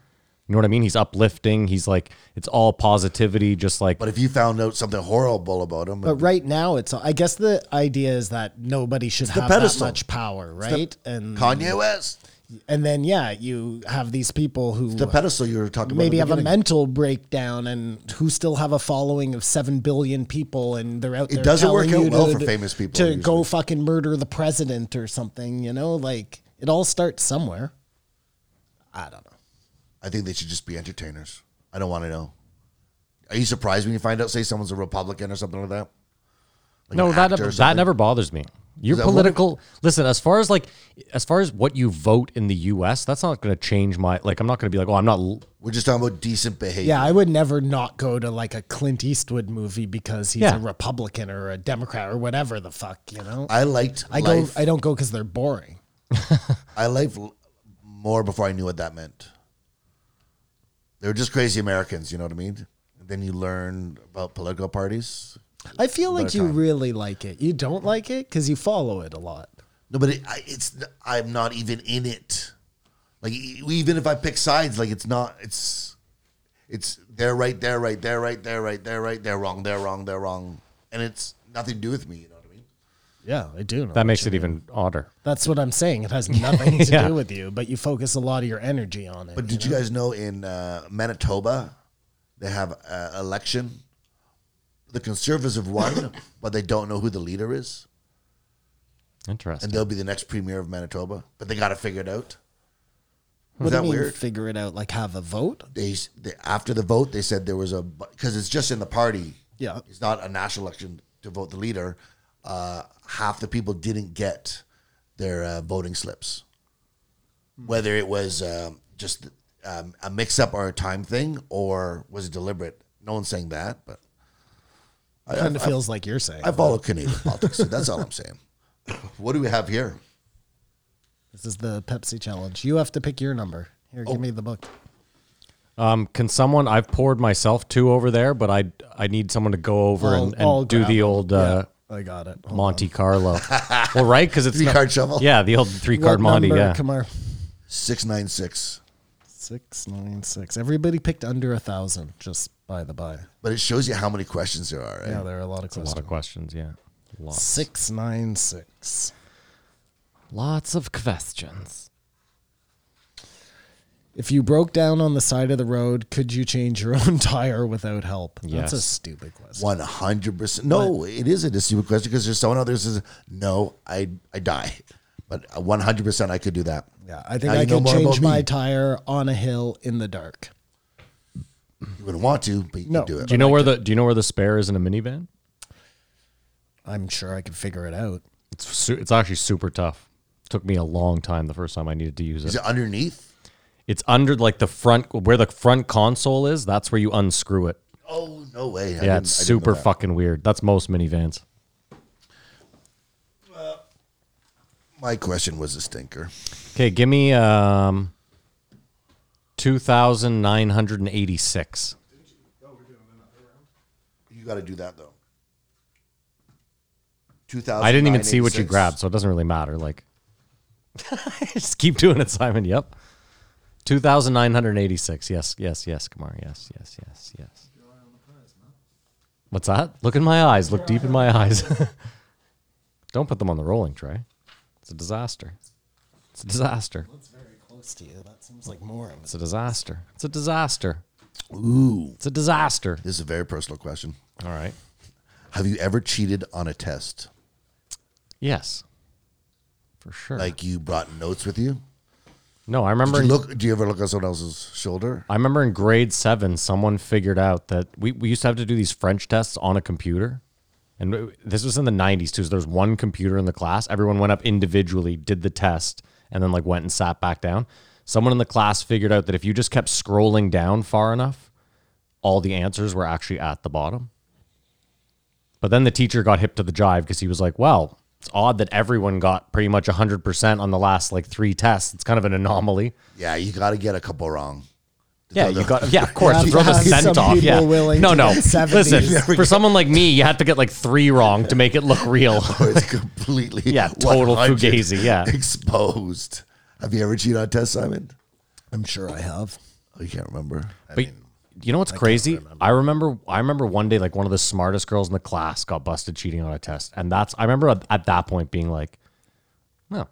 S6: You know what I mean? He's uplifting. He's like it's all positivity. Just like
S8: But if you found out something horrible about him,
S7: But right now, it's I guess the idea is that nobody should
S8: the
S7: have that
S8: pedestal.
S7: much power, right? and
S8: Kanye West,
S7: and then yeah, you have these people who
S8: the pedestal you were talking about,
S7: maybe
S8: at
S7: have
S8: the
S7: a
S8: beginning.
S7: mental breakdown and who still have a following of 7 billion people and they're out
S8: It
S7: there
S8: doesn't
S7: telling
S8: work out
S7: you
S8: well
S7: to-
S8: for famous people,
S7: to
S8: usually.
S7: go fucking murder the president or something you know like it all starts somewhere i don't know
S8: I think they should just be entertainers. I don't want to know. Are you surprised when you find out, say, someone's a Republican or something like that? Like
S6: no,
S8: an
S6: that
S8: actor or
S6: never, that
S8: something?
S6: never bothers me. Your
S8: that what it-
S6: political listen, as far as like, as far as what you vote in the U.S., that's not going to change my like. I'm not going to be like, oh, I'm not. l-
S8: We're just talking about decent behavior.
S7: yeah i would never not go to like a clint eastwood movie because he's
S6: Yeah.
S7: a republican or a democrat or whatever the fuck you know i,
S8: I liked. I
S7: go
S8: life,
S7: i don't go because they're boring
S8: I liked l- more before I knew what that meant. They were just crazy Americans. You know what I mean? Then you learn about political parties.
S7: i feel like you really like it you don't like it because you follow it a lot
S8: No, but it, I, it's I'm not e, even in it. Like e- even if I pick sides, like it's not. It's It's they're right, they're right, they're right, they're right, they're right, they're wrong, they're wrong, they're wrong, and it's nothing to do with me. You know what I mean?
S7: Yeah, I do know.
S6: That makes it even odder.
S7: That's what I'm saying. It has nothing to
S6: Yeah.
S7: do with you, but you focus a lot of your energy on it.
S8: But did you guys know in uh, Manitoba they have uh, election? The Conservatives have won, but they don't know who the leader is, and
S6: Interesting.
S8: they'll be the next premier of Manitoba. But they got to figure it out. Is
S7: what do
S8: that
S7: you mean
S8: weird?
S7: figure it out? Like have a vote?
S8: They, they after the vote, they said there was a because it's just in the party.
S7: Yeah.
S8: it's not a national election to vote the leader. Uh, half the people didn't get their uh, voting slips,
S7: Hmm.
S8: whether it was um, just um, a mix-up or a time thing, or was it deliberate. No one's saying that, but I,
S7: Kind
S8: I,
S7: of feels like you're saying.
S8: I follow Canadian politics. so that's all I'm saying. What do we have here?
S7: this is the Pepsi challenge. You have to pick your number. Here,
S8: Oh.
S7: give me the book.
S6: Um, can someone? I've poured myself two over there, but I I need someone to go over
S7: I'll-
S6: and,
S7: I'll
S6: and do
S7: grab
S6: the
S7: them.
S6: old uh,
S7: I got it. Hold
S6: Monte Carlo. well, right, because it's
S8: Three
S6: not-
S8: card shovel?
S6: Yeah, the old three
S7: on.
S6: card
S7: What
S6: Monte.
S7: number,
S6: Yeah,
S7: Kamar?
S8: Six nine six.
S7: Six nine six. Everybody picked under a thousand. Just by the by.
S8: But it shows you how many questions there are. Right?
S7: Yeah, there are a lot of
S6: a lot
S7: questions.
S6: of questions. Yeah, lots,
S7: Six nine six.
S6: lots of questions.
S7: If you broke down on the side of the road, could you change your own tire without help? That's a
S6: Yes.
S7: stupid question.
S8: One hundred percent. No, it is a stupid question because there's someone out there that says no. I I die, but one hundred percent I could do that.
S7: Yeah, I
S8: Now
S7: think I
S8: you know
S7: could
S8: more
S7: change
S8: about me.
S7: my tire on a hill in the dark.
S8: You wouldn't want to, but you
S7: No.
S8: could do it.
S6: Do you know where the Do you know where the spare is in a minivan?
S7: I'm sure I could figure it out.
S6: It's su- it's actually super tough. Took me a long time the first time I needed to use
S8: Is
S6: it.
S8: it underneath?
S6: It's under like the front where the front console is. That's where you unscrew it.
S8: Oh no way! I
S6: yeah,
S8: didn't-
S6: it's
S8: I didn't know
S6: super
S8: that.
S6: fucking weird. That's most minivans.
S8: My question was a stinker.
S6: Okay, give me um, two thousand nine hundred and eighty six.
S8: You got to do that though. Two thousand.
S6: I didn't even see what you grabbed, so it doesn't really matter. Like, just keep doing it, Simon. Yep. 2,986. Yes, yes, yes, Kamar. Yes, yes, yes, yes. What's that? Look in my eyes. Look deep in my eyes. Don't put them on the rolling tray. It's a disaster. It's a disaster.
S7: That's very close to you. That seems like more of
S6: It's a disaster. It's a disaster.
S8: Ooh,
S6: It's a disaster.
S8: this is a very personal question.
S6: All right.
S8: Have you ever cheated on a test?
S6: Yes. For sure.
S8: Like you brought notes with you?
S6: no, I
S8: Did
S6: remember.
S8: you
S6: in-
S8: look? Do you ever look on someone else's shoulder?
S6: I remember in grade seven, someone figured out that we, we used to have to do these French tests on a computer. And w- this was in the 90s, too. So there was one computer in the class. Everyone went up individually, did the test, and then like went and sat back down. Someone in the class figured out that if you just kept scrolling down far enough, all the answers were actually at the bottom. But then the teacher got hip to the jive because he was like, well, it's odd that everyone got pretty much 100% on the last like three tests. It's kind of an anomaly.
S8: Yeah, you got to get a couple wrong.
S6: Yeah,
S8: Throw
S6: you
S8: the-
S6: got. Yeah, of course.
S7: Yeah,
S6: throw the
S7: because
S6: scent
S7: some
S6: off.
S7: people
S6: Yeah.
S7: willing
S6: No,
S7: to
S6: no.
S7: get 70s.
S6: Listen, for someone like me, you have to get like three wrong to make it look real.
S8: or it's completely
S6: Yeah, total
S8: 100
S6: fugazi, yeah.
S8: exposed. Have you ever cheated on a test, Simon?
S7: I'm sure I have.
S8: Oh, you can't remember.
S6: But you know what's crazy? I remember. I remember one day, like one of the smartest girls in the class got busted cheating on a test, and that's. I remember at, at that point being like, no.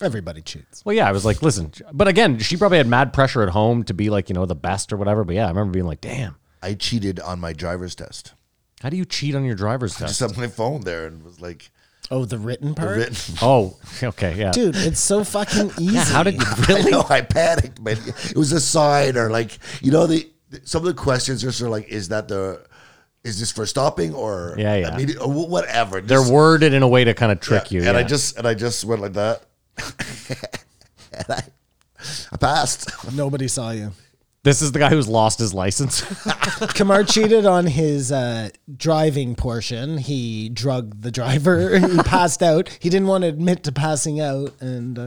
S7: Everybody cheats.
S6: Well, yeah, I was like, listen, but again, she probably had mad pressure at home to be like, you know, the best or whatever. But yeah, I remember being like, damn,
S8: I cheated on my driver's test.
S6: how do you cheat on your driver's
S8: Just
S6: test?
S8: on my phone there and was like,
S7: Oh, the written part,
S8: written.
S6: Oh, okay, yeah.
S7: dude. It's so fucking easy.
S6: yeah, how did you really?
S8: I know I panicked, but it was a sign or like, you know, the some of the questions are sort of like, is that the, is this for stopping or
S6: Yeah, yeah.
S8: immediate- or wh- whatever.
S6: They're
S8: Just-
S6: worded in a way to kind of
S8: yeah.
S6: trick you.
S8: And I
S6: yeah.
S8: just and I just went like that, and I, I passed.
S7: Nobody saw you.
S6: This is the guy who's lost his license.
S7: Kamar cheated on his uh, driving portion. He drugged the driver. he passed out. He didn't want to admit to passing out, and uh,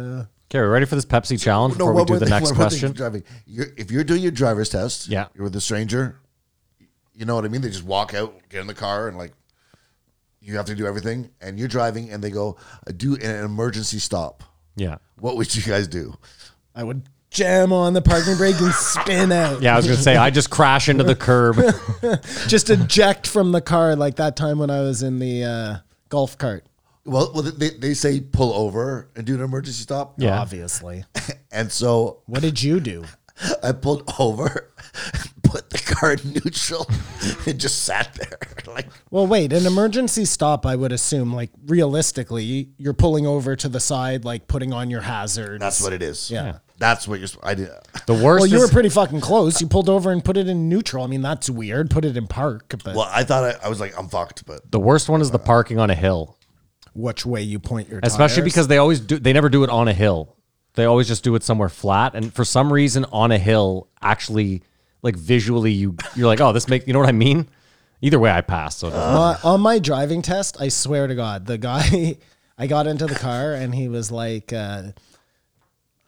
S6: okay, we ready for this Pepsi challenge before we
S8: what
S6: do
S8: were
S6: the
S8: they- what
S6: next
S8: were they
S6: question?
S8: Driving. You're, if you're doing your driver's test,
S6: Yeah.
S8: you're with a stranger. You know what I mean? They just walk out, get in the car, and like you have to do everything. And you're driving, and they go do an emergency stop.
S6: Yeah.
S8: What would you guys do?
S7: I would jam on the parking brake and spin out.
S6: Yeah, I was gonna say I just crash into the curb.
S7: Just eject from the car like that time when I was in the uh, golf cart.
S8: Well, well, they, they say pull over and do an emergency stop.
S6: Yeah.
S7: Obviously.
S8: And so
S7: What did you do?
S8: I pulled over, put the car in neutral, and just sat there. Like,
S7: Well, wait, an emergency stop, I would assume, like realistically, you're pulling over to the side, like putting on your hazards.
S8: that's what it is.
S7: Yeah.
S8: That's what you're. sp- I did.
S6: The worst.
S7: Well, you were
S6: is,
S7: pretty fucking close. You pulled over and put it in neutral. I mean, that's weird. Put it in park, but
S8: Well, I thought I, I was like, I'm fucked, but
S6: the worst one is the parking on a hill,
S7: which way you point your
S6: especially
S7: Uh, tires.
S6: because they always do. They never do it on a hill. They always just do it somewhere flat. And for some reason, on a hill, actually, like visually, you you're like, oh, this make you know what I mean. Either way, I pass. So it doesn't-
S7: My- on my driving test, I swear to God, the guy, I got into the car and he was like, uh,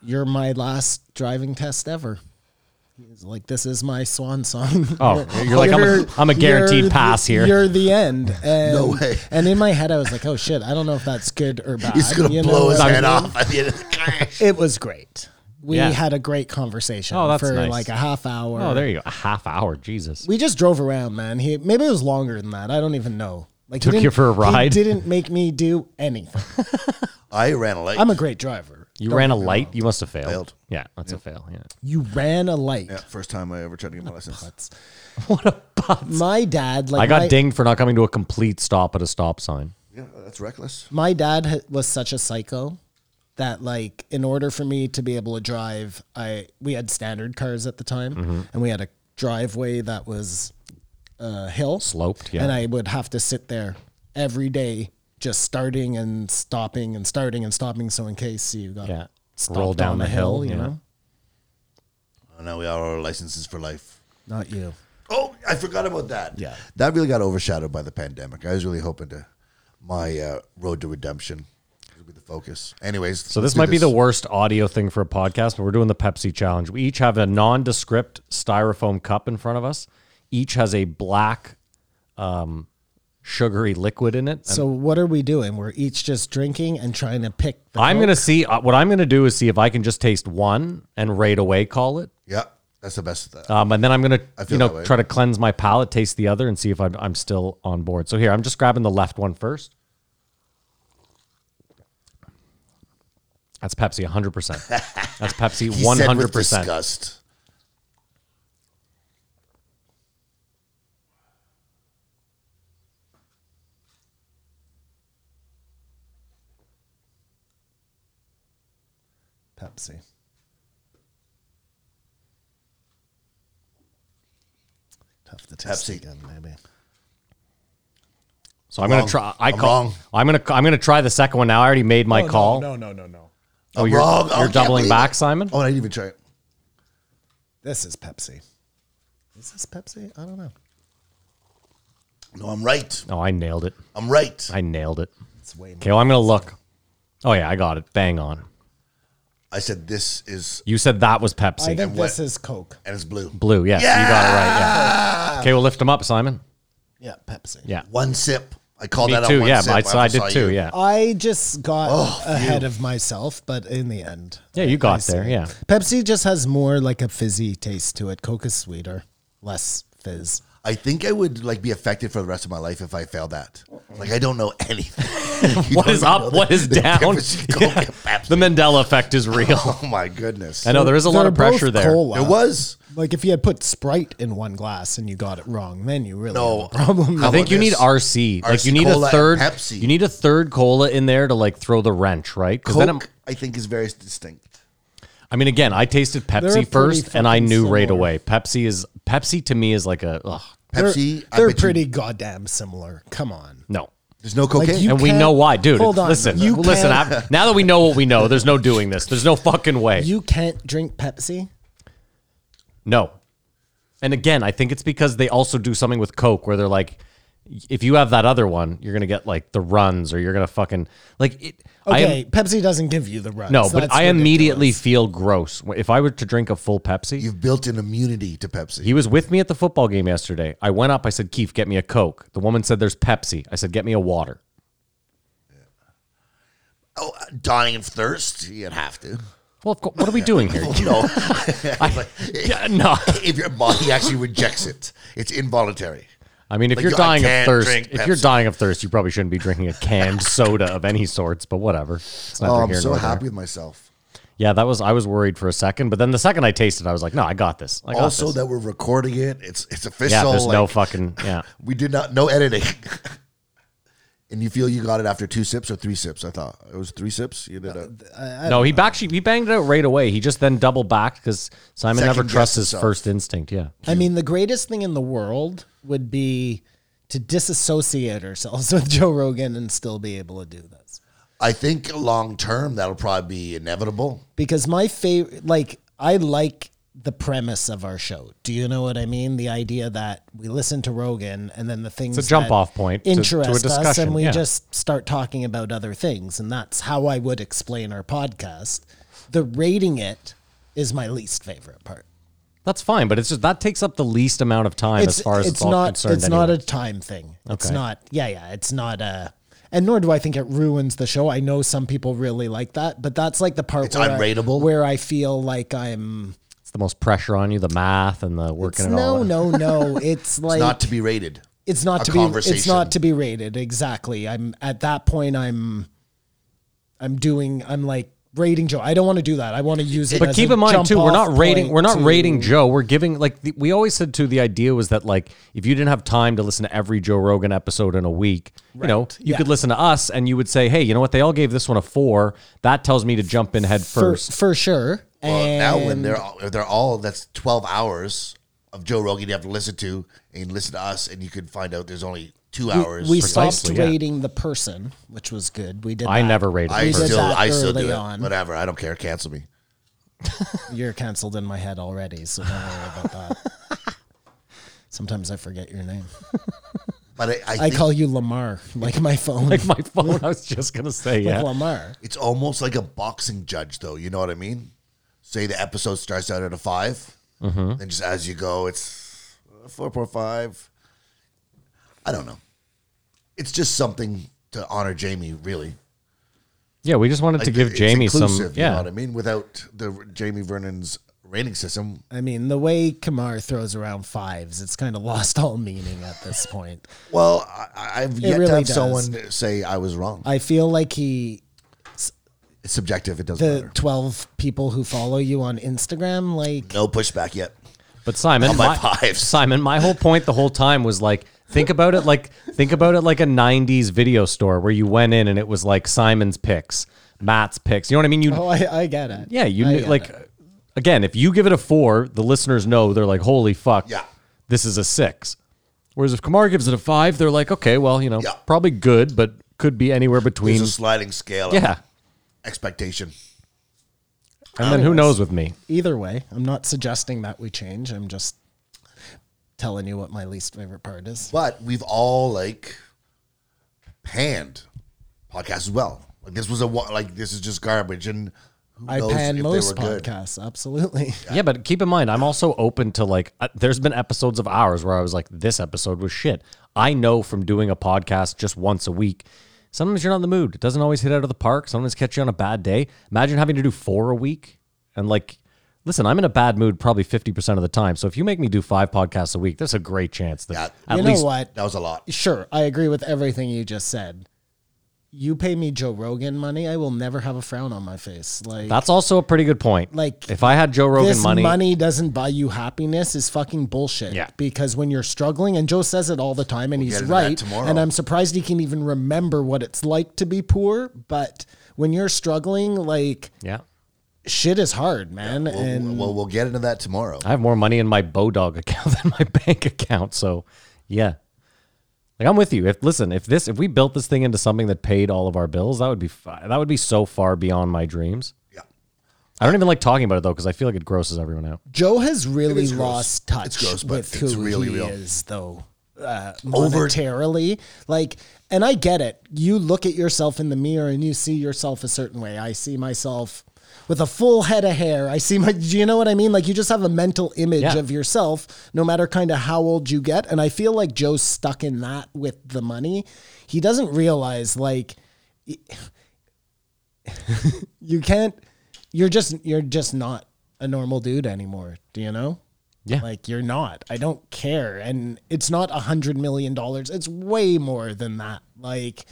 S7: "You're my last driving test ever." He's like, "This is my swan song."
S6: Oh, you're like, I'm a- I'm a guaranteed
S7: you're
S6: pass
S7: the-
S6: here.
S7: You're the end. And,
S8: No way.
S7: And in my head, I was like, "Oh shit, I don't know if that's good or bad."
S8: he's gonna
S7: You know
S8: blow his
S7: what I
S8: head
S7: mean?
S8: off at the end of the crash.
S7: It was great. We
S6: Yeah.
S7: had a great conversation
S6: Oh, that's
S7: for
S6: nice.
S7: like a half hour.
S6: oh, there you go. A half hour, Jesus.
S7: We just drove around, man. He maybe it was longer than that. I don't even know. Like he
S6: Took you
S7: didn't-
S6: for a ride?
S7: He didn't make me do anything.
S8: I ran a light.
S7: I'm a great driver.
S6: You ran a light. You must have failed.
S8: Failed.
S6: Yeah, that's a fail. Yeah.
S7: You ran a light.
S8: Yeah, first time I ever tried to get my license.
S7: My dad, like
S6: I got
S7: my,
S6: dinged for not coming to a complete stop at a stop sign.
S8: Yeah, that's reckless.
S7: my dad ha- was such a psycho that like in order for me to be able to drive, I we had standard cars at the time,
S6: Mm-hmm.
S7: and we had a driveway that was uh, hill
S6: Sloped, yeah.
S7: and I would have to sit there every day, just starting and stopping and starting and stopping. So in case you got
S6: Yeah.
S7: stopped
S6: Roll down
S7: on
S6: the
S7: a
S6: hill, yeah.
S8: Oh, now we are our licenses for life.
S7: Not you.
S8: Oh, I forgot about that.
S7: Yeah.
S8: That really got overshadowed by the pandemic. I was really hoping to my uh, road to redemption would be the focus. Anyways,
S6: So this might be the worst audio thing for a podcast, but we're doing the Pepsi challenge. We each have a nondescript styrofoam cup in front of us. Each has a black, um, sugary liquid in it. And
S7: So what are we doing? We're each just drinking and trying to pick. The
S6: I'm
S7: Coke.
S6: gonna see uh, what I'm gonna do is see if I can just taste one and right away call it,
S8: Yeah, that's the best.
S7: Uh,
S8: Of that.
S6: um, and then I'm gonna
S8: I feel that
S6: you know
S8: way.
S6: try to cleanse my palate, taste the other, and see if I'm, I'm still on board. So here I'm just grabbing the left one first. That's Pepsi, 100. percent That's Pepsi,
S8: He said with
S6: 100. percent
S8: disgust.
S7: Pepsi. Tough to taste
S8: Pepsi.
S7: again, maybe.
S6: So I'm
S8: Wrong.
S6: gonna try. I
S8: I'm
S6: call.
S8: wrong.
S6: I'm gonna. I'm gonna try the second one now. I already made my call.
S7: Oh, no, no, no.
S8: Oh,
S6: you're- you're doubling back, Simon?
S8: Oh, and I didn't even try it.
S7: This is Pepsi. Is this Pepsi? I don't know.
S8: No, I'm right.
S6: Oh, I nailed it.
S8: I'm right. I,
S6: I nailed it.
S7: It's way more.
S6: Okay, well, I'm gonna look. Oh yeah, I got it. Bang on.
S8: said this is
S6: You said that was
S7: I
S6: Pepsi.
S7: think
S8: what-
S7: this is Coke.
S8: and it's blue.
S6: Blue. Yes, you got it right. Yeah. Okay, we'll lift them up, Simon.
S7: Yeah, Pepsi.
S6: Yeah.
S8: One sip. I called
S6: Me
S8: that out.
S6: too.
S8: One
S6: Yeah,
S8: sip.
S6: I, so I
S8: also
S6: did
S8: saw
S6: too.
S8: you.
S6: Yeah.
S7: I just got
S8: Oh,
S7: ahead of myself, but in the end.
S6: Yeah, you got
S7: see.
S6: there. Yeah.
S7: Pepsi just has more like a fizzy taste to it. Coke is sweeter, less fizz.
S8: I think I would like be affected for the rest of my life if I failed that. Like I don't know anything. You
S6: What
S8: don't even
S6: is
S8: know
S6: up?
S8: the-
S6: What is
S8: the
S6: down?
S8: difference between Coke
S6: Yeah.
S8: and Pepsi.
S6: The Mandela effect is real.
S8: Oh my goodness.
S6: I know there is a lot
S7: They're
S6: of pressure
S7: both
S6: there.
S7: cola.
S8: It was.
S7: Like if you had put Sprite in one glass and you got it wrong, then you really
S8: No.
S7: have a problem.
S8: How
S6: I think
S8: about
S6: you need
S8: this?
S6: RC. Like you
S8: RC
S6: need a
S8: cola and
S6: third.
S8: Pepsi.
S6: You need a third cola in there to like throw the wrench, right? 'Cause then
S8: Coke,
S6: it-
S8: I think, is very distinct.
S6: I mean, again, I tasted
S7: pretty
S6: Pepsi first, and I
S7: fucking
S6: knew right
S7: similar.
S6: away. Pepsi is Pepsi to me is like a ugh,
S7: They're-
S8: Pepsi. I
S7: they're
S8: bet you-
S7: pretty goddamn similar. Come on.
S6: no.
S8: There's no
S7: Like,
S8: cocaine.
S7: you-
S6: And we
S7: can't-
S6: know why, dude.
S7: hold on,
S6: listen,
S7: you
S6: well, listen.
S7: can't-
S6: I- now that we know what we know, there's no doing this. There's no fucking way.
S7: You can't drink Pepsi.
S6: no. And again, I think it's because they also do something with Coke where they're like, if you have that other one, you're gonna get like the runs, or you're gonna fucking like it. I am-
S7: Okay, Pepsi doesn't give you the runs.
S6: no, but
S7: That's
S6: I immediately
S7: ridiculous.
S6: feel gross if I were to drink a full Pepsi.
S8: You've built an immunity to Pepsi.
S6: He was with me at the football game yesterday. I went up. I said, Keith, get me a Coke. The woman said, there's Pepsi. I said, get me a water.
S8: uh, oh, dying of thirst. You'd have to.
S6: Well, of course, what are we doing here?
S8: No.
S6: I, yeah, no.
S8: if your body actually rejects it, it's involuntary.
S6: I mean, if
S8: Like,
S6: you're
S8: I
S6: dying of
S8: can't
S6: thirst,
S8: drink
S6: if you're
S8: Pepsi.
S6: dying of thirst, you probably shouldn't be drinking a canned soda of any sorts. But whatever. It's neither
S8: Oh, I'm
S6: here
S8: so
S6: nor there.
S8: happy with myself.
S6: Yeah, that was. I was worried for a second, but then the second I tasted, I was like, no, I got this. I got
S8: Also,
S6: this.
S8: that we're recording it. It's it's
S6: yeah,
S8: official.
S6: there's no
S8: like,
S6: fucking yeah.
S8: We did not no editing. and you feel you got it after two sips or three sips? I thought it was three sips. You did a
S6: No, he actually he banged it out right away. He just then double backed because Simon never
S8: Second-guessed
S6: trusts his
S8: himself.
S6: first instinct. Yeah,
S7: I mean, the greatest thing in the world would be to disassociate ourselves with Joe Rogan and still be able to do this.
S8: I think long term that'll probably be inevitable.
S7: Because my favorite, like, I like the premise of our show. Do you know what I mean? The idea that we listen to Rogan and then the things
S6: It's a jump
S7: that
S6: off point to- to a
S7: interest us,
S6: discussion,
S7: and we
S6: yeah.
S7: just start talking about other things, and that's how I would explain our podcast. The rating it is my least favorite part.
S6: that's fine, but it's just that takes up the least amount of time as far as it's, all
S7: not
S6: concerned.
S7: it's not a time thing. It's
S6: Okay.
S7: not yeah yeah it's not a and nor do I think it ruins the show. I know some people really like that, but that's like the part
S8: It's
S7: where I-
S8: unrateable?
S7: where I feel like I'm
S6: it's the most pressure on you, the math and the working
S7: it's
S6: it all.
S7: no
S6: out.
S7: no no it's like
S8: not to be rated.
S7: it's not
S8: a
S7: to be it's
S8: conversation.
S7: not to be rated exactly. I'm at that point I'm I'm doing I'm like rating Joe. I don't want to do that. I want to use it
S6: But
S7: as
S6: keep
S7: a
S6: in mind
S7: jump
S6: too, we're
S7: off
S6: not rating.
S7: point
S6: We're not
S7: to-
S6: rating Joe. We're giving like the, we always said too. The idea was that like if you didn't have time to listen to every Joe Rogan episode in a week, you know, you could
S7: yeah.
S6: listen to us and you would say, hey, you know what? They all gave this one a four. That tells me to jump in head
S7: for
S6: first.
S7: for sure.
S8: Well,
S7: and
S8: now when they're all, if they're all that's twelve hours of Joe Rogan you have to listen to and listen to us, and you could find out there's only two hours.
S7: we
S8: for-
S7: stopped
S6: Precisely, yeah.
S7: rating the person, which was good. We did.
S6: I
S7: that.
S6: never rated.
S8: I
S7: We
S6: first.
S7: did
S8: still
S7: that
S8: I still
S7: early
S8: do it.
S7: on.
S8: Whatever. I don't care. Cancel me.
S7: You're canceled in my head already, so don't worry about that. Sometimes I forget your name.
S8: But I, I,
S7: I
S8: think
S7: call you Lamar, like my phone, like,
S6: my phone. I was just gonna say yeah.
S7: Lamar.
S8: it's almost like a boxing judge, though. You know what I mean? Say the episode starts out at a 5
S6: Mm-hmm.
S8: then just as you go, it's four point five. I don't know. It's just something to honor Jamie, really.
S6: Yeah, we just wanted to
S8: Like,
S6: give
S8: it's
S6: Jamie some.
S8: inclusive, you know
S6: Yeah,
S8: what I mean. Without the Jamie Vernon's rating system,
S7: I mean, the way Kamar throws around fives, it's kind of lost all meaning at this point.
S8: well, I, I've yet to
S7: really
S8: have
S7: does.
S8: someone say I was wrong.
S7: I feel like he,
S8: it's subjective. It doesn't
S7: the
S8: matter.
S7: 12 people who follow you on Instagram, like,
S8: No pushback yet.
S6: but Simon,
S8: On my
S6: my,
S8: fives.
S6: Simon, my whole point the whole time was like, think about it like think about it like a '90s video store where you went in and it was like Simon's picks, Matt's picks. You know what I mean? You
S7: oh, I, I get it.
S6: yeah, you
S7: I
S6: knew,
S7: get
S6: like
S7: it.
S6: again, if you give it a four, the listeners know they're like, holy fuck,
S8: Yeah.
S6: this is a six. Whereas if Kamar gives it a five, they're like, okay, well, you know,
S8: Yeah.
S6: probably good, but could be anywhere between.
S8: There's a sliding scale. of
S6: yeah,
S8: expectation.
S6: and then who knows with me?
S7: either way, I'm not suggesting that we change. I'm just telling you what my least favorite part is.
S8: but we've all like panned podcasts as well. Like this was a wa- like this is just garbage, and who
S7: I
S8: knows
S7: pan
S8: if
S7: most
S8: they were good.
S7: podcasts, absolutely.
S6: Yeah, but keep in mind, I'm also open to like, uh, there's been episodes of ours where I was like, this episode was shit. I know from doing a podcast just once a week, sometimes you're not in the mood. It doesn't always hit out of the park. Sometimes it catch you on a bad day. Imagine having to do four a week. And like, listen, I'm in a bad mood probably 50% of the time. So if you make me do five podcasts a week, there's a great chance that
S8: Yeah.
S6: at
S7: you
S6: least
S7: know what?
S8: That was a lot.
S7: Sure, I agree with everything you just said. You pay me Joe Rogan money, I will never have a frown on my face. Like
S6: that's also a pretty good point.
S7: Like,
S6: if I had Joe Rogan
S7: this money.
S6: money,
S7: doesn't buy you happiness is fucking bullshit.
S6: Yeah.
S7: Because when you're struggling, and Joe says it all the time, and he's
S8: get into that
S7: right.
S8: tomorrow.
S7: And I'm surprised he can even remember what it's like to be poor. But when you're struggling, like
S6: yeah.
S7: shit is hard, man.
S8: We'll,
S7: and
S8: well, we'll get into that tomorrow.
S6: I have more money in my Bodog account than my bank account. So, yeah. Like I'm with you. If listen, if this if we built this thing into something that paid all of our bills, that would be fi- that would be so far beyond my dreams.
S8: Yeah.
S6: I don't even like talking about it though because I feel like it grosses everyone out.
S7: Joe has really
S8: is gross.
S7: lost touch
S8: It's gross, but
S7: with
S8: it's
S7: who
S8: really
S7: he
S8: real.
S7: is, though. Uh,
S8: Over-
S7: monetarily, like, and I get it. You look at yourself in the mirror and you see yourself a certain way. I see myself with a full head of hair. I see my. Do you know what I mean? Like, you just have a mental image
S6: Yeah.
S7: of yourself, no matter kind of how old you get. And I feel like Joe's stuck in that with the money. He doesn't realize like you can't you're just you're just not a normal dude anymore. Do you know?
S6: Yeah.
S7: Like you're not. I don't care. And it's not a hundred million dollars. It's way more than that. Like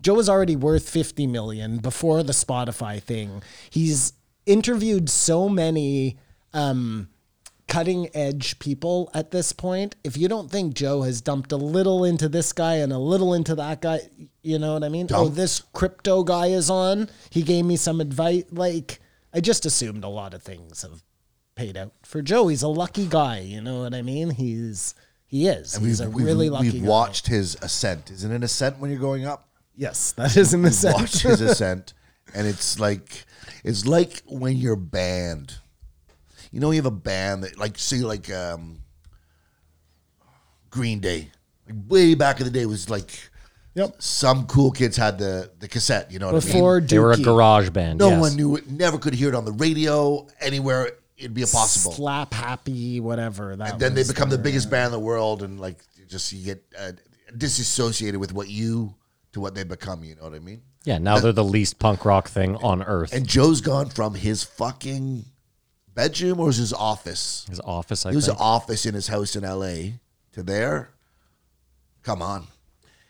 S7: Joe was already worth 50 million before the Spotify thing. He's interviewed so many um, cutting edge people at this point. If you don't think Joe has dumped a little into this guy and a little into that guy, you know what I mean? Oh, this crypto guy is on. He gave me some advice. Like, I just assumed a lot of things have paid out for Joe. He's a lucky guy. You know what I mean? He's. He is. He's a really lucky
S8: We've
S7: guy.
S8: watched his ascent. Isn't it ascent when you're going up?
S7: Yes, that is in the
S8: We've
S7: sense.
S8: watched his ascent, and it's like it's like when you're banned. You know, you have a band that like see like um, Green Day. Like way back in the day was like
S7: Yep.
S8: some cool kids had the the cassette. You know what I mean?
S7: Before
S6: They were a
S7: Dookie.
S6: garage band.
S8: No
S6: yes.
S8: one knew it. Never could hear it on the radio anywhere. It'd be impossible.
S7: Slap happy, whatever. That
S8: then they
S7: was
S8: become the
S7: their-
S8: biggest band in the world, and like you just you get uh, disassociated with what you to what they become. You know what I mean?
S6: Yeah, now they're the least punk rock thing on earth.
S8: And Joe's gone from his fucking bedroom or was his office?
S6: His office, I
S8: He was an
S6: think.
S8: office in his house in L.A. to there. Come on,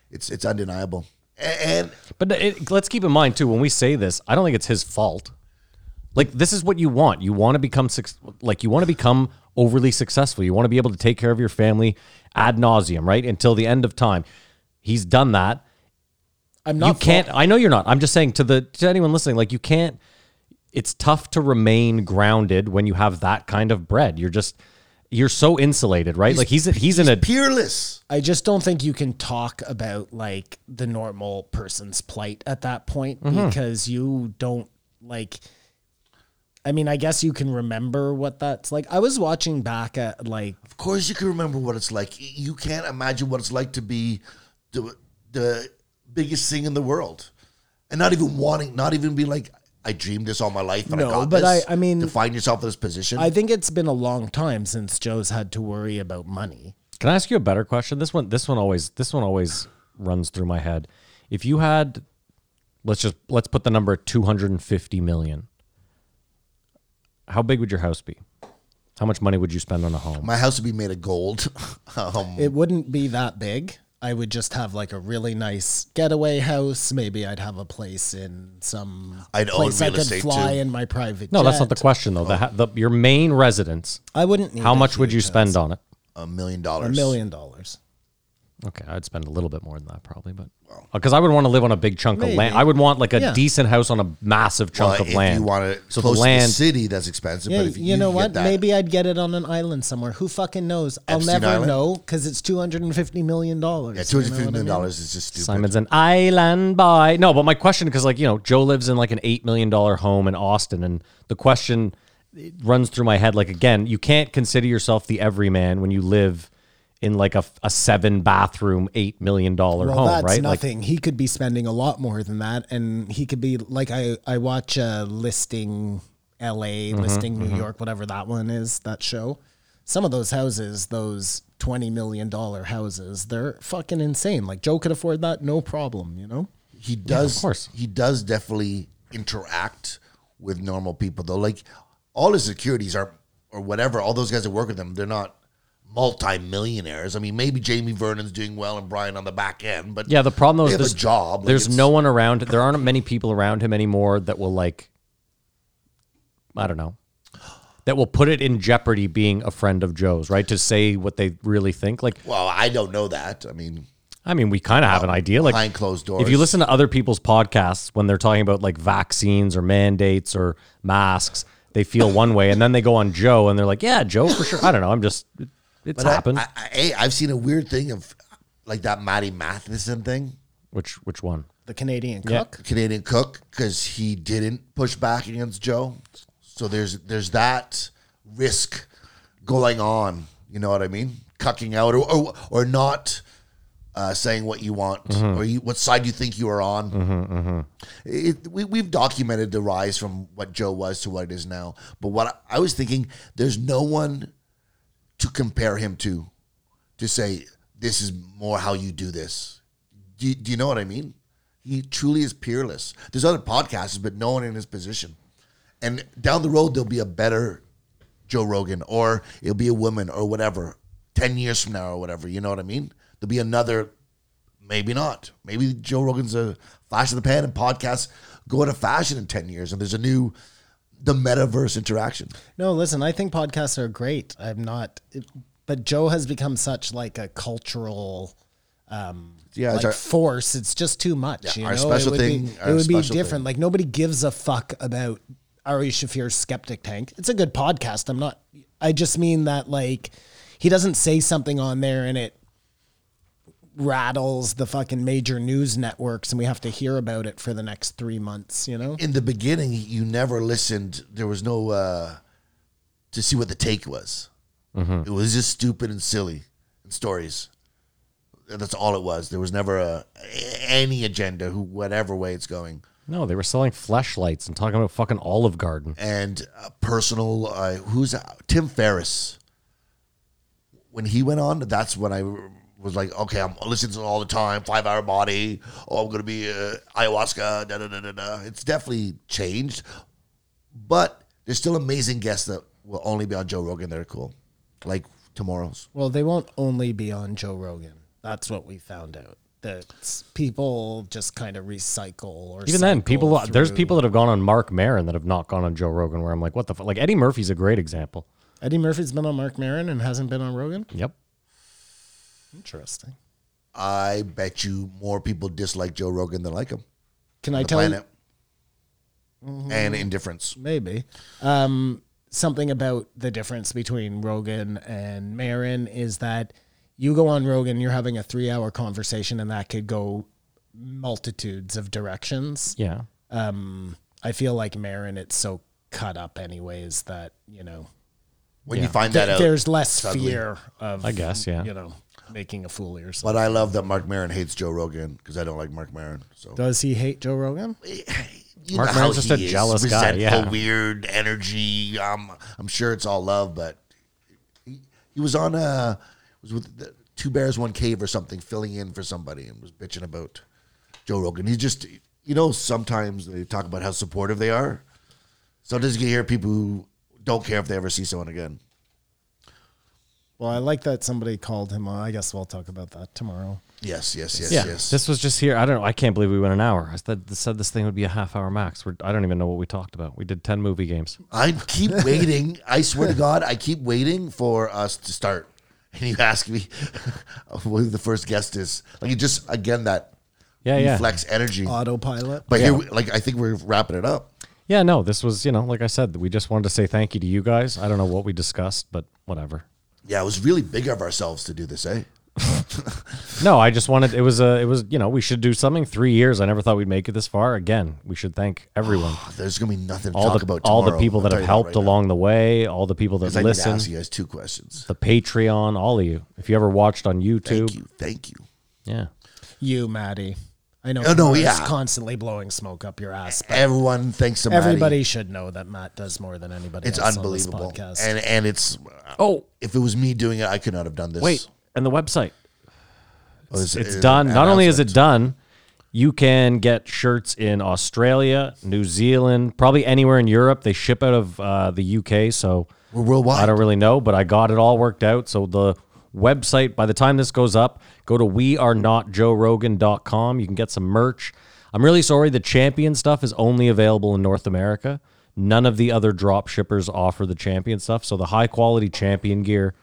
S8: it's it's undeniable. A- And
S6: But it, let's keep in mind too when we say this, I don't think it's his fault. Like this is what you want. You want to become suc- like you want to become overly successful. You want to be able to take care of your family ad nauseum, right? Until the end of time. He's done that.
S7: I'm
S6: you
S7: not.
S6: can't. I know you're not. I'm just saying to the to anyone listening, like you can't. It's tough to remain grounded when you have that kind of bread. You're just you're so insulated, right? like he's he's in a
S8: peerless.
S7: I just don't think you can talk about like the normal person's plight at that point
S6: Mm-hmm.
S7: because you don't like. I mean, I guess you can remember what that's like. I was watching back at like
S8: Of course, you can remember what it's like. Y- You can't imagine what it's like to be the the biggest thing in the world, and not even wanting, not even be like, I dreamed this all my life, and
S7: No,
S8: I got
S7: but
S8: this.
S7: I- I mean-
S8: to find yourself in this position.
S7: I think it's been a long time since Joe's had to worry about money.
S6: Can I ask you a better question? This one, this one always, this one always runs through my head. If you had, let's just let's put the number two hundred and fifty million. How big would your house be? How much money would you spend on a home?
S8: my house would be made of gold. um,
S7: It wouldn't be that big. I would just have like a really nice getaway house. Maybe I'd have a place in some
S8: I'd own
S7: place I
S8: real
S7: could
S8: estate,
S7: fly
S8: too.
S7: in my private.
S6: no, that's not the
S7: jet.
S6: question though. The, ha- the, your main residence.
S7: I wouldn't. Need
S6: How
S7: a
S6: much would
S7: huge
S6: you
S7: house.
S6: spend on it?
S8: a million
S7: A
S8: dollars.
S7: million dollars.
S6: Okay, I'd spend a little bit more than that probably, but because I would want to live on a big chunk of land.
S7: Maybe.
S6: I would want like a
S7: Yeah.
S6: decent house on a massive
S8: Well,
S6: chunk of
S8: if
S6: land.
S8: you want it
S6: so the
S8: close to
S6: land
S8: the city, that's expensive.
S7: Yeah,
S8: but if
S7: you,
S8: can
S7: know
S8: get
S7: what?
S8: that-
S7: Maybe I'd get it on an island somewhere. Who fucking knows? I'll
S8: Epstein
S7: never
S8: Island?
S7: know because it's two hundred and fifty million dollars.
S8: yeah, two hundred fifty million dollars is just stupid.
S6: Simon's an island boy. No, but my question, because like you know, Joe lives in like an eight million dollar home in Austin, and the question it runs through my head like again, you can't consider yourself the everyman when you live in like a, a seven bathroom eight million dollar
S7: Well,
S6: home,
S7: that's
S6: oh, right? Like
S7: nothing. he could be spending a lot more than that, and he could be like I. I watch uh, listing L.A.,
S6: Mm-hmm,
S7: listing New York, whatever that one is. That show. Some of those houses, those twenty million dollar houses, they're fucking insane. Like Joe could afford that, no problem. You know.
S8: he does
S6: course.
S8: he does definitely interact with normal people though like all his securities are or whatever all those guys that work with him they're not multi-millionaires i mean maybe jamie vernon's doing well and brian on the back end but
S6: yeah, the problem though
S8: they have
S6: is
S8: a
S6: there's
S8: job like,
S6: there's
S8: it's-
S6: no one around. There aren't many people around him anymore that will like, I don't know, that will put it in jeopardy being a friend of Joe's, right? To say what they really think, like.
S8: well i don't know that i mean
S6: I mean, we kind of have an idea. Like
S8: behind closed doors.
S6: If you listen to other people's podcasts when they're talking about like vaccines or mandates or masks, they feel one way, and then they go on Joe and they're like, "Yeah, Joe for sure." I don't know. I'm just it- it's
S8: I,
S6: happened.
S8: I, I, hey, i've seen a weird thing of like that matty matheson thing
S6: which which one?
S7: The Canadian
S6: Yeah.
S7: cook.
S8: Canadian cook because he didn't push back against Joe. So there's there's that risk going on. You know what I mean? Cucking out or or, or not uh, saying what you want or you, what side you think you are on. It, we we've documented the rise from what Joe was to what it is now. But what I, I was thinking, there's no one to compare him to to say this is more how you do this. Do you, do you know what I mean? He truly is peerless. There's other podcasts, but no one in his position. And down the road, there'll be a better Joe Rogan, or it'll be a woman, or whatever. Ten years from now, or whatever. You know what I mean? There'll be another. Maybe not. Maybe Joe Rogan's a flash in the pan, and podcasts go out of fashion in ten years, and there's a new the metaverse interaction.
S7: No, listen, I think podcasts are great. I'm not, but Joe has become such like a cultural um,
S8: Yeah, it's
S7: like
S8: our-
S7: force. It's just too much.
S8: Yeah,
S7: you
S8: our
S7: know?
S8: special
S7: it would
S8: thing-
S7: Be,
S8: our
S7: it would be
S8: special
S7: different.
S8: thing.
S7: Like nobody gives a fuck about Ari Shafir's Skeptic Tank. It's a good podcast. I'm not. I just mean that like he doesn't say something on there and it rattles the fucking major news networks and we have to hear about it for the next three months. You know.
S8: in the beginning, you never listened. There was no uh, to see what the take was. It was just stupid and silly and stories. That's all it was. There was never a, any agenda, who whatever way it's going,
S6: No, they were selling flashlights and talking about fucking Olive Garden.
S8: and uh, personal. Uh, who's Tim Ferriss? When he went on, that's when I was like, okay, I'm listening to it all the time. Five Hour Body. Oh, I'm gonna be uh, ayahuasca. Da da da da da. It's definitely changed. but there's still amazing guests that will only be on Joe Rogan. They're cool, like tomorrow's.
S7: Well, they won't only be on Joe Rogan. That's what we found out. That s- people just kind of recycle or
S6: Even then,
S7: cycle
S6: people there's
S7: through.
S6: people that have gone on Mark Maron that have not gone on Joe Rogan. Where I'm like, what the fuck? Like Eddie Murphy's a great example.
S7: Eddie Murphy's been on Mark Maron and hasn't been on Rogan.
S6: Yep.
S7: Interesting.
S8: I bet you more people dislike Joe Rogan than like him.
S7: Can I
S8: The
S7: tell you Mm-hmm.
S8: planet and indifference.
S7: maybe um, something about the difference between Rogan and Marin is that you go on Rogan, you're having a three-hour conversation, and that could go multitudes of directions.
S6: Yeah.
S7: um, I feel like Marin, it's so cut up, anyways, that you know
S8: When you find that
S7: th-
S8: out,
S7: there's less
S8: suddenly.
S7: fear of,
S6: I guess, yeah.
S7: you know, making a fool of yourself.
S8: But I love that Mark Maron hates Joe Rogan because I don't like Mark Maron. So
S7: Does he hate Joe Rogan?
S8: You
S6: Mark
S8: know how
S6: Maron's just
S8: he
S6: a jealous guy,
S8: resentful,
S6: yeah.
S8: weird energy. Um, I'm sure it's all love, but he, he was on uh was with the Two Bears One Cave or something, filling in for somebody, and was bitching about Joe Rogan. He just, you know, sometimes they talk about how supportive they are. Sometimes you can hear people who don't care if they ever see someone again.
S7: Well, I like that somebody called him. uh, I guess we'll talk about that tomorrow.
S8: Yes, yes, yes,
S6: Yeah.
S8: yes.
S6: This was just here. I don't know. I can't believe we went an hour. I said, said this thing would be a half hour max. We're, I don't even know what we talked about. We did 10 movie games.
S8: I keep waiting. I swear to God, I keep waiting for us to start. And you ask me who the first guest is. Like, it just, again, that
S6: Yeah, yeah.
S8: reflex energy.
S7: Autopilot.
S8: but here, we- like, I think we're wrapping it up.
S6: Yeah, no, this was, you know, like I said, we just wanted to say thank you to you guys. I don't know what we discussed, but whatever.
S8: Yeah, it was really big of ourselves to do this, eh?
S6: No, I just wanted, it was a, it was, you know, we should do something. Three years. I never thought we'd make it this far. Again, we should thank everyone.
S8: There's going to be nothing to
S6: all
S8: talk
S6: the,
S8: about
S6: all the
S8: tomorrow.
S6: people
S8: I'll
S6: that have
S8: tell you
S6: helped
S8: right now,
S6: along the way, all the people
S8: 'cause
S6: that
S8: I need to
S6: listen,
S8: ask you guys two questions.
S6: the Patreon, all of you. If you ever watched on YouTube,
S8: Thank you. Thank you.
S6: yeah.
S7: you, Maddie. I know.
S8: Oh, no,
S7: Matt's
S8: yeah.
S7: constantly blowing smoke up your ass. But
S8: Everyone, thanks to Maddie.
S7: everybody should know that Matt does more than anybody.
S8: It's
S7: else
S8: unbelievable.
S7: On this podcast.
S8: And, and it's,
S6: Oh,
S8: if it was me doing it, I could not have done this.
S6: wait, and the website.
S8: Oh,
S6: It's, done. Not only is it done, you can get shirts in Australia, New Zealand, probably anywhere in Europe. They ship out of uh, the UK, so
S8: We're worldwide.
S6: I don't really know, but I got it all worked out. So the website, by the time this goes up, go to wearenotjoerogan.com. You can get some merch. I'm really sorry the champion stuff is only available in North America. None of the other drop shippers offer the champion stuff. So the high quality champion gear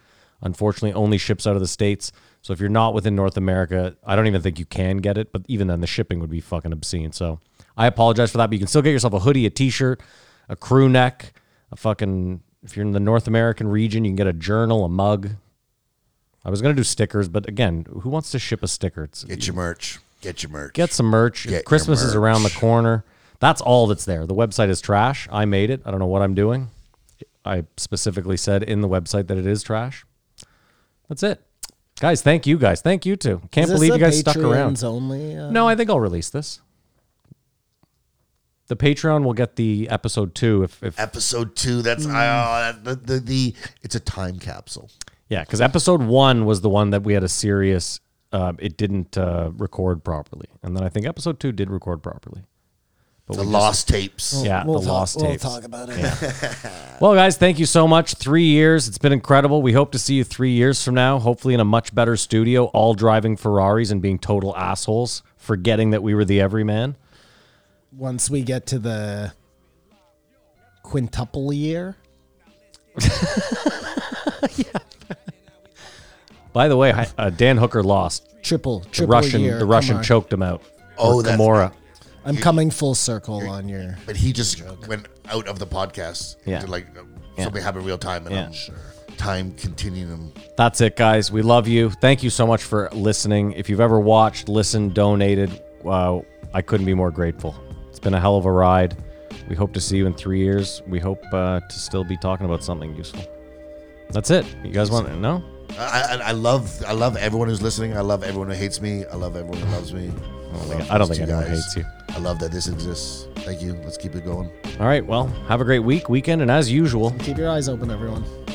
S6: unfortunately only ships out of the States. So if you're not within North America, I don't even think you can get it, but even then the shipping would be fucking obscene. So I apologize for that, but you can still get yourself a hoodie, a t-shirt, a crew neck, a fucking if you're in the North American region, you can get a journal, a mug. I was gonna do stickers, but again, who wants to ship a sticker? It's,
S8: Get your merch. Get your merch.
S6: get some merch.
S8: your
S6: Christmas is around the
S8: merch.
S6: corner. That's all that's there. The website is trash. I made it. I don't know what I'm doing. I specifically said in the website that it is trash. That's it. Guys, thank you guys. Thank you too. Can't
S7: Is this
S6: believe you
S7: a
S6: guys stuck around.
S7: Patreons Only. uh,
S6: No, I think I'll release this. The Patreon will get the episode two if, if
S8: episode two. That's
S6: Mm.
S8: oh, that, the, the the it's a time capsule.
S6: Yeah, because episode one was the one that we had a serious. Uh, it didn't uh, record properly, and then I think episode two did record properly. But
S8: The
S6: we
S8: lost tapes.
S6: yeah,
S7: we'll
S6: the
S7: talk,
S6: lost
S7: We'll
S6: tapes.
S7: talk about it.
S6: Well, guys, thank you so much. Three years. It's been incredible. We hope to see you three years from now, hopefully in a much better studio, all driving Ferraris and being total assholes, forgetting that we were the everyman.
S7: Once we get to the quintuple year,
S6: By the way, hi- uh, Dan Hooker lost.
S7: triple,
S6: The
S7: triple
S6: Russian,
S7: year.
S6: the
S7: come
S6: Russian
S7: on.
S6: choked him out.
S8: Oh,
S6: Or
S8: that's-
S6: Kimura.
S7: I'm coming full circle on your.
S8: But he just went out of the podcast.
S6: Yeah.
S8: Did, like uh, something happened real time, and
S6: Yeah.
S8: I'm time continuum.
S6: That's it, guys. We love you. Thank you so much for listening. If you've ever watched, listened, donated, wow, I couldn't be more grateful. It's been a hell of a ride. We hope to see you in three years. We hope uh, to still be talking about something useful. That's it. You guys want to know?
S8: I, I, I love I love everyone who's listening. I love everyone who hates me. I love everyone who loves me. I, love
S6: I don't
S8: these
S6: think
S8: two
S6: anyone hates you.
S8: I love that this exists. Thank you. Let's keep it going.
S6: All right. Well, have a great week, weekend, and as usual,
S7: Keep your eyes open, everyone.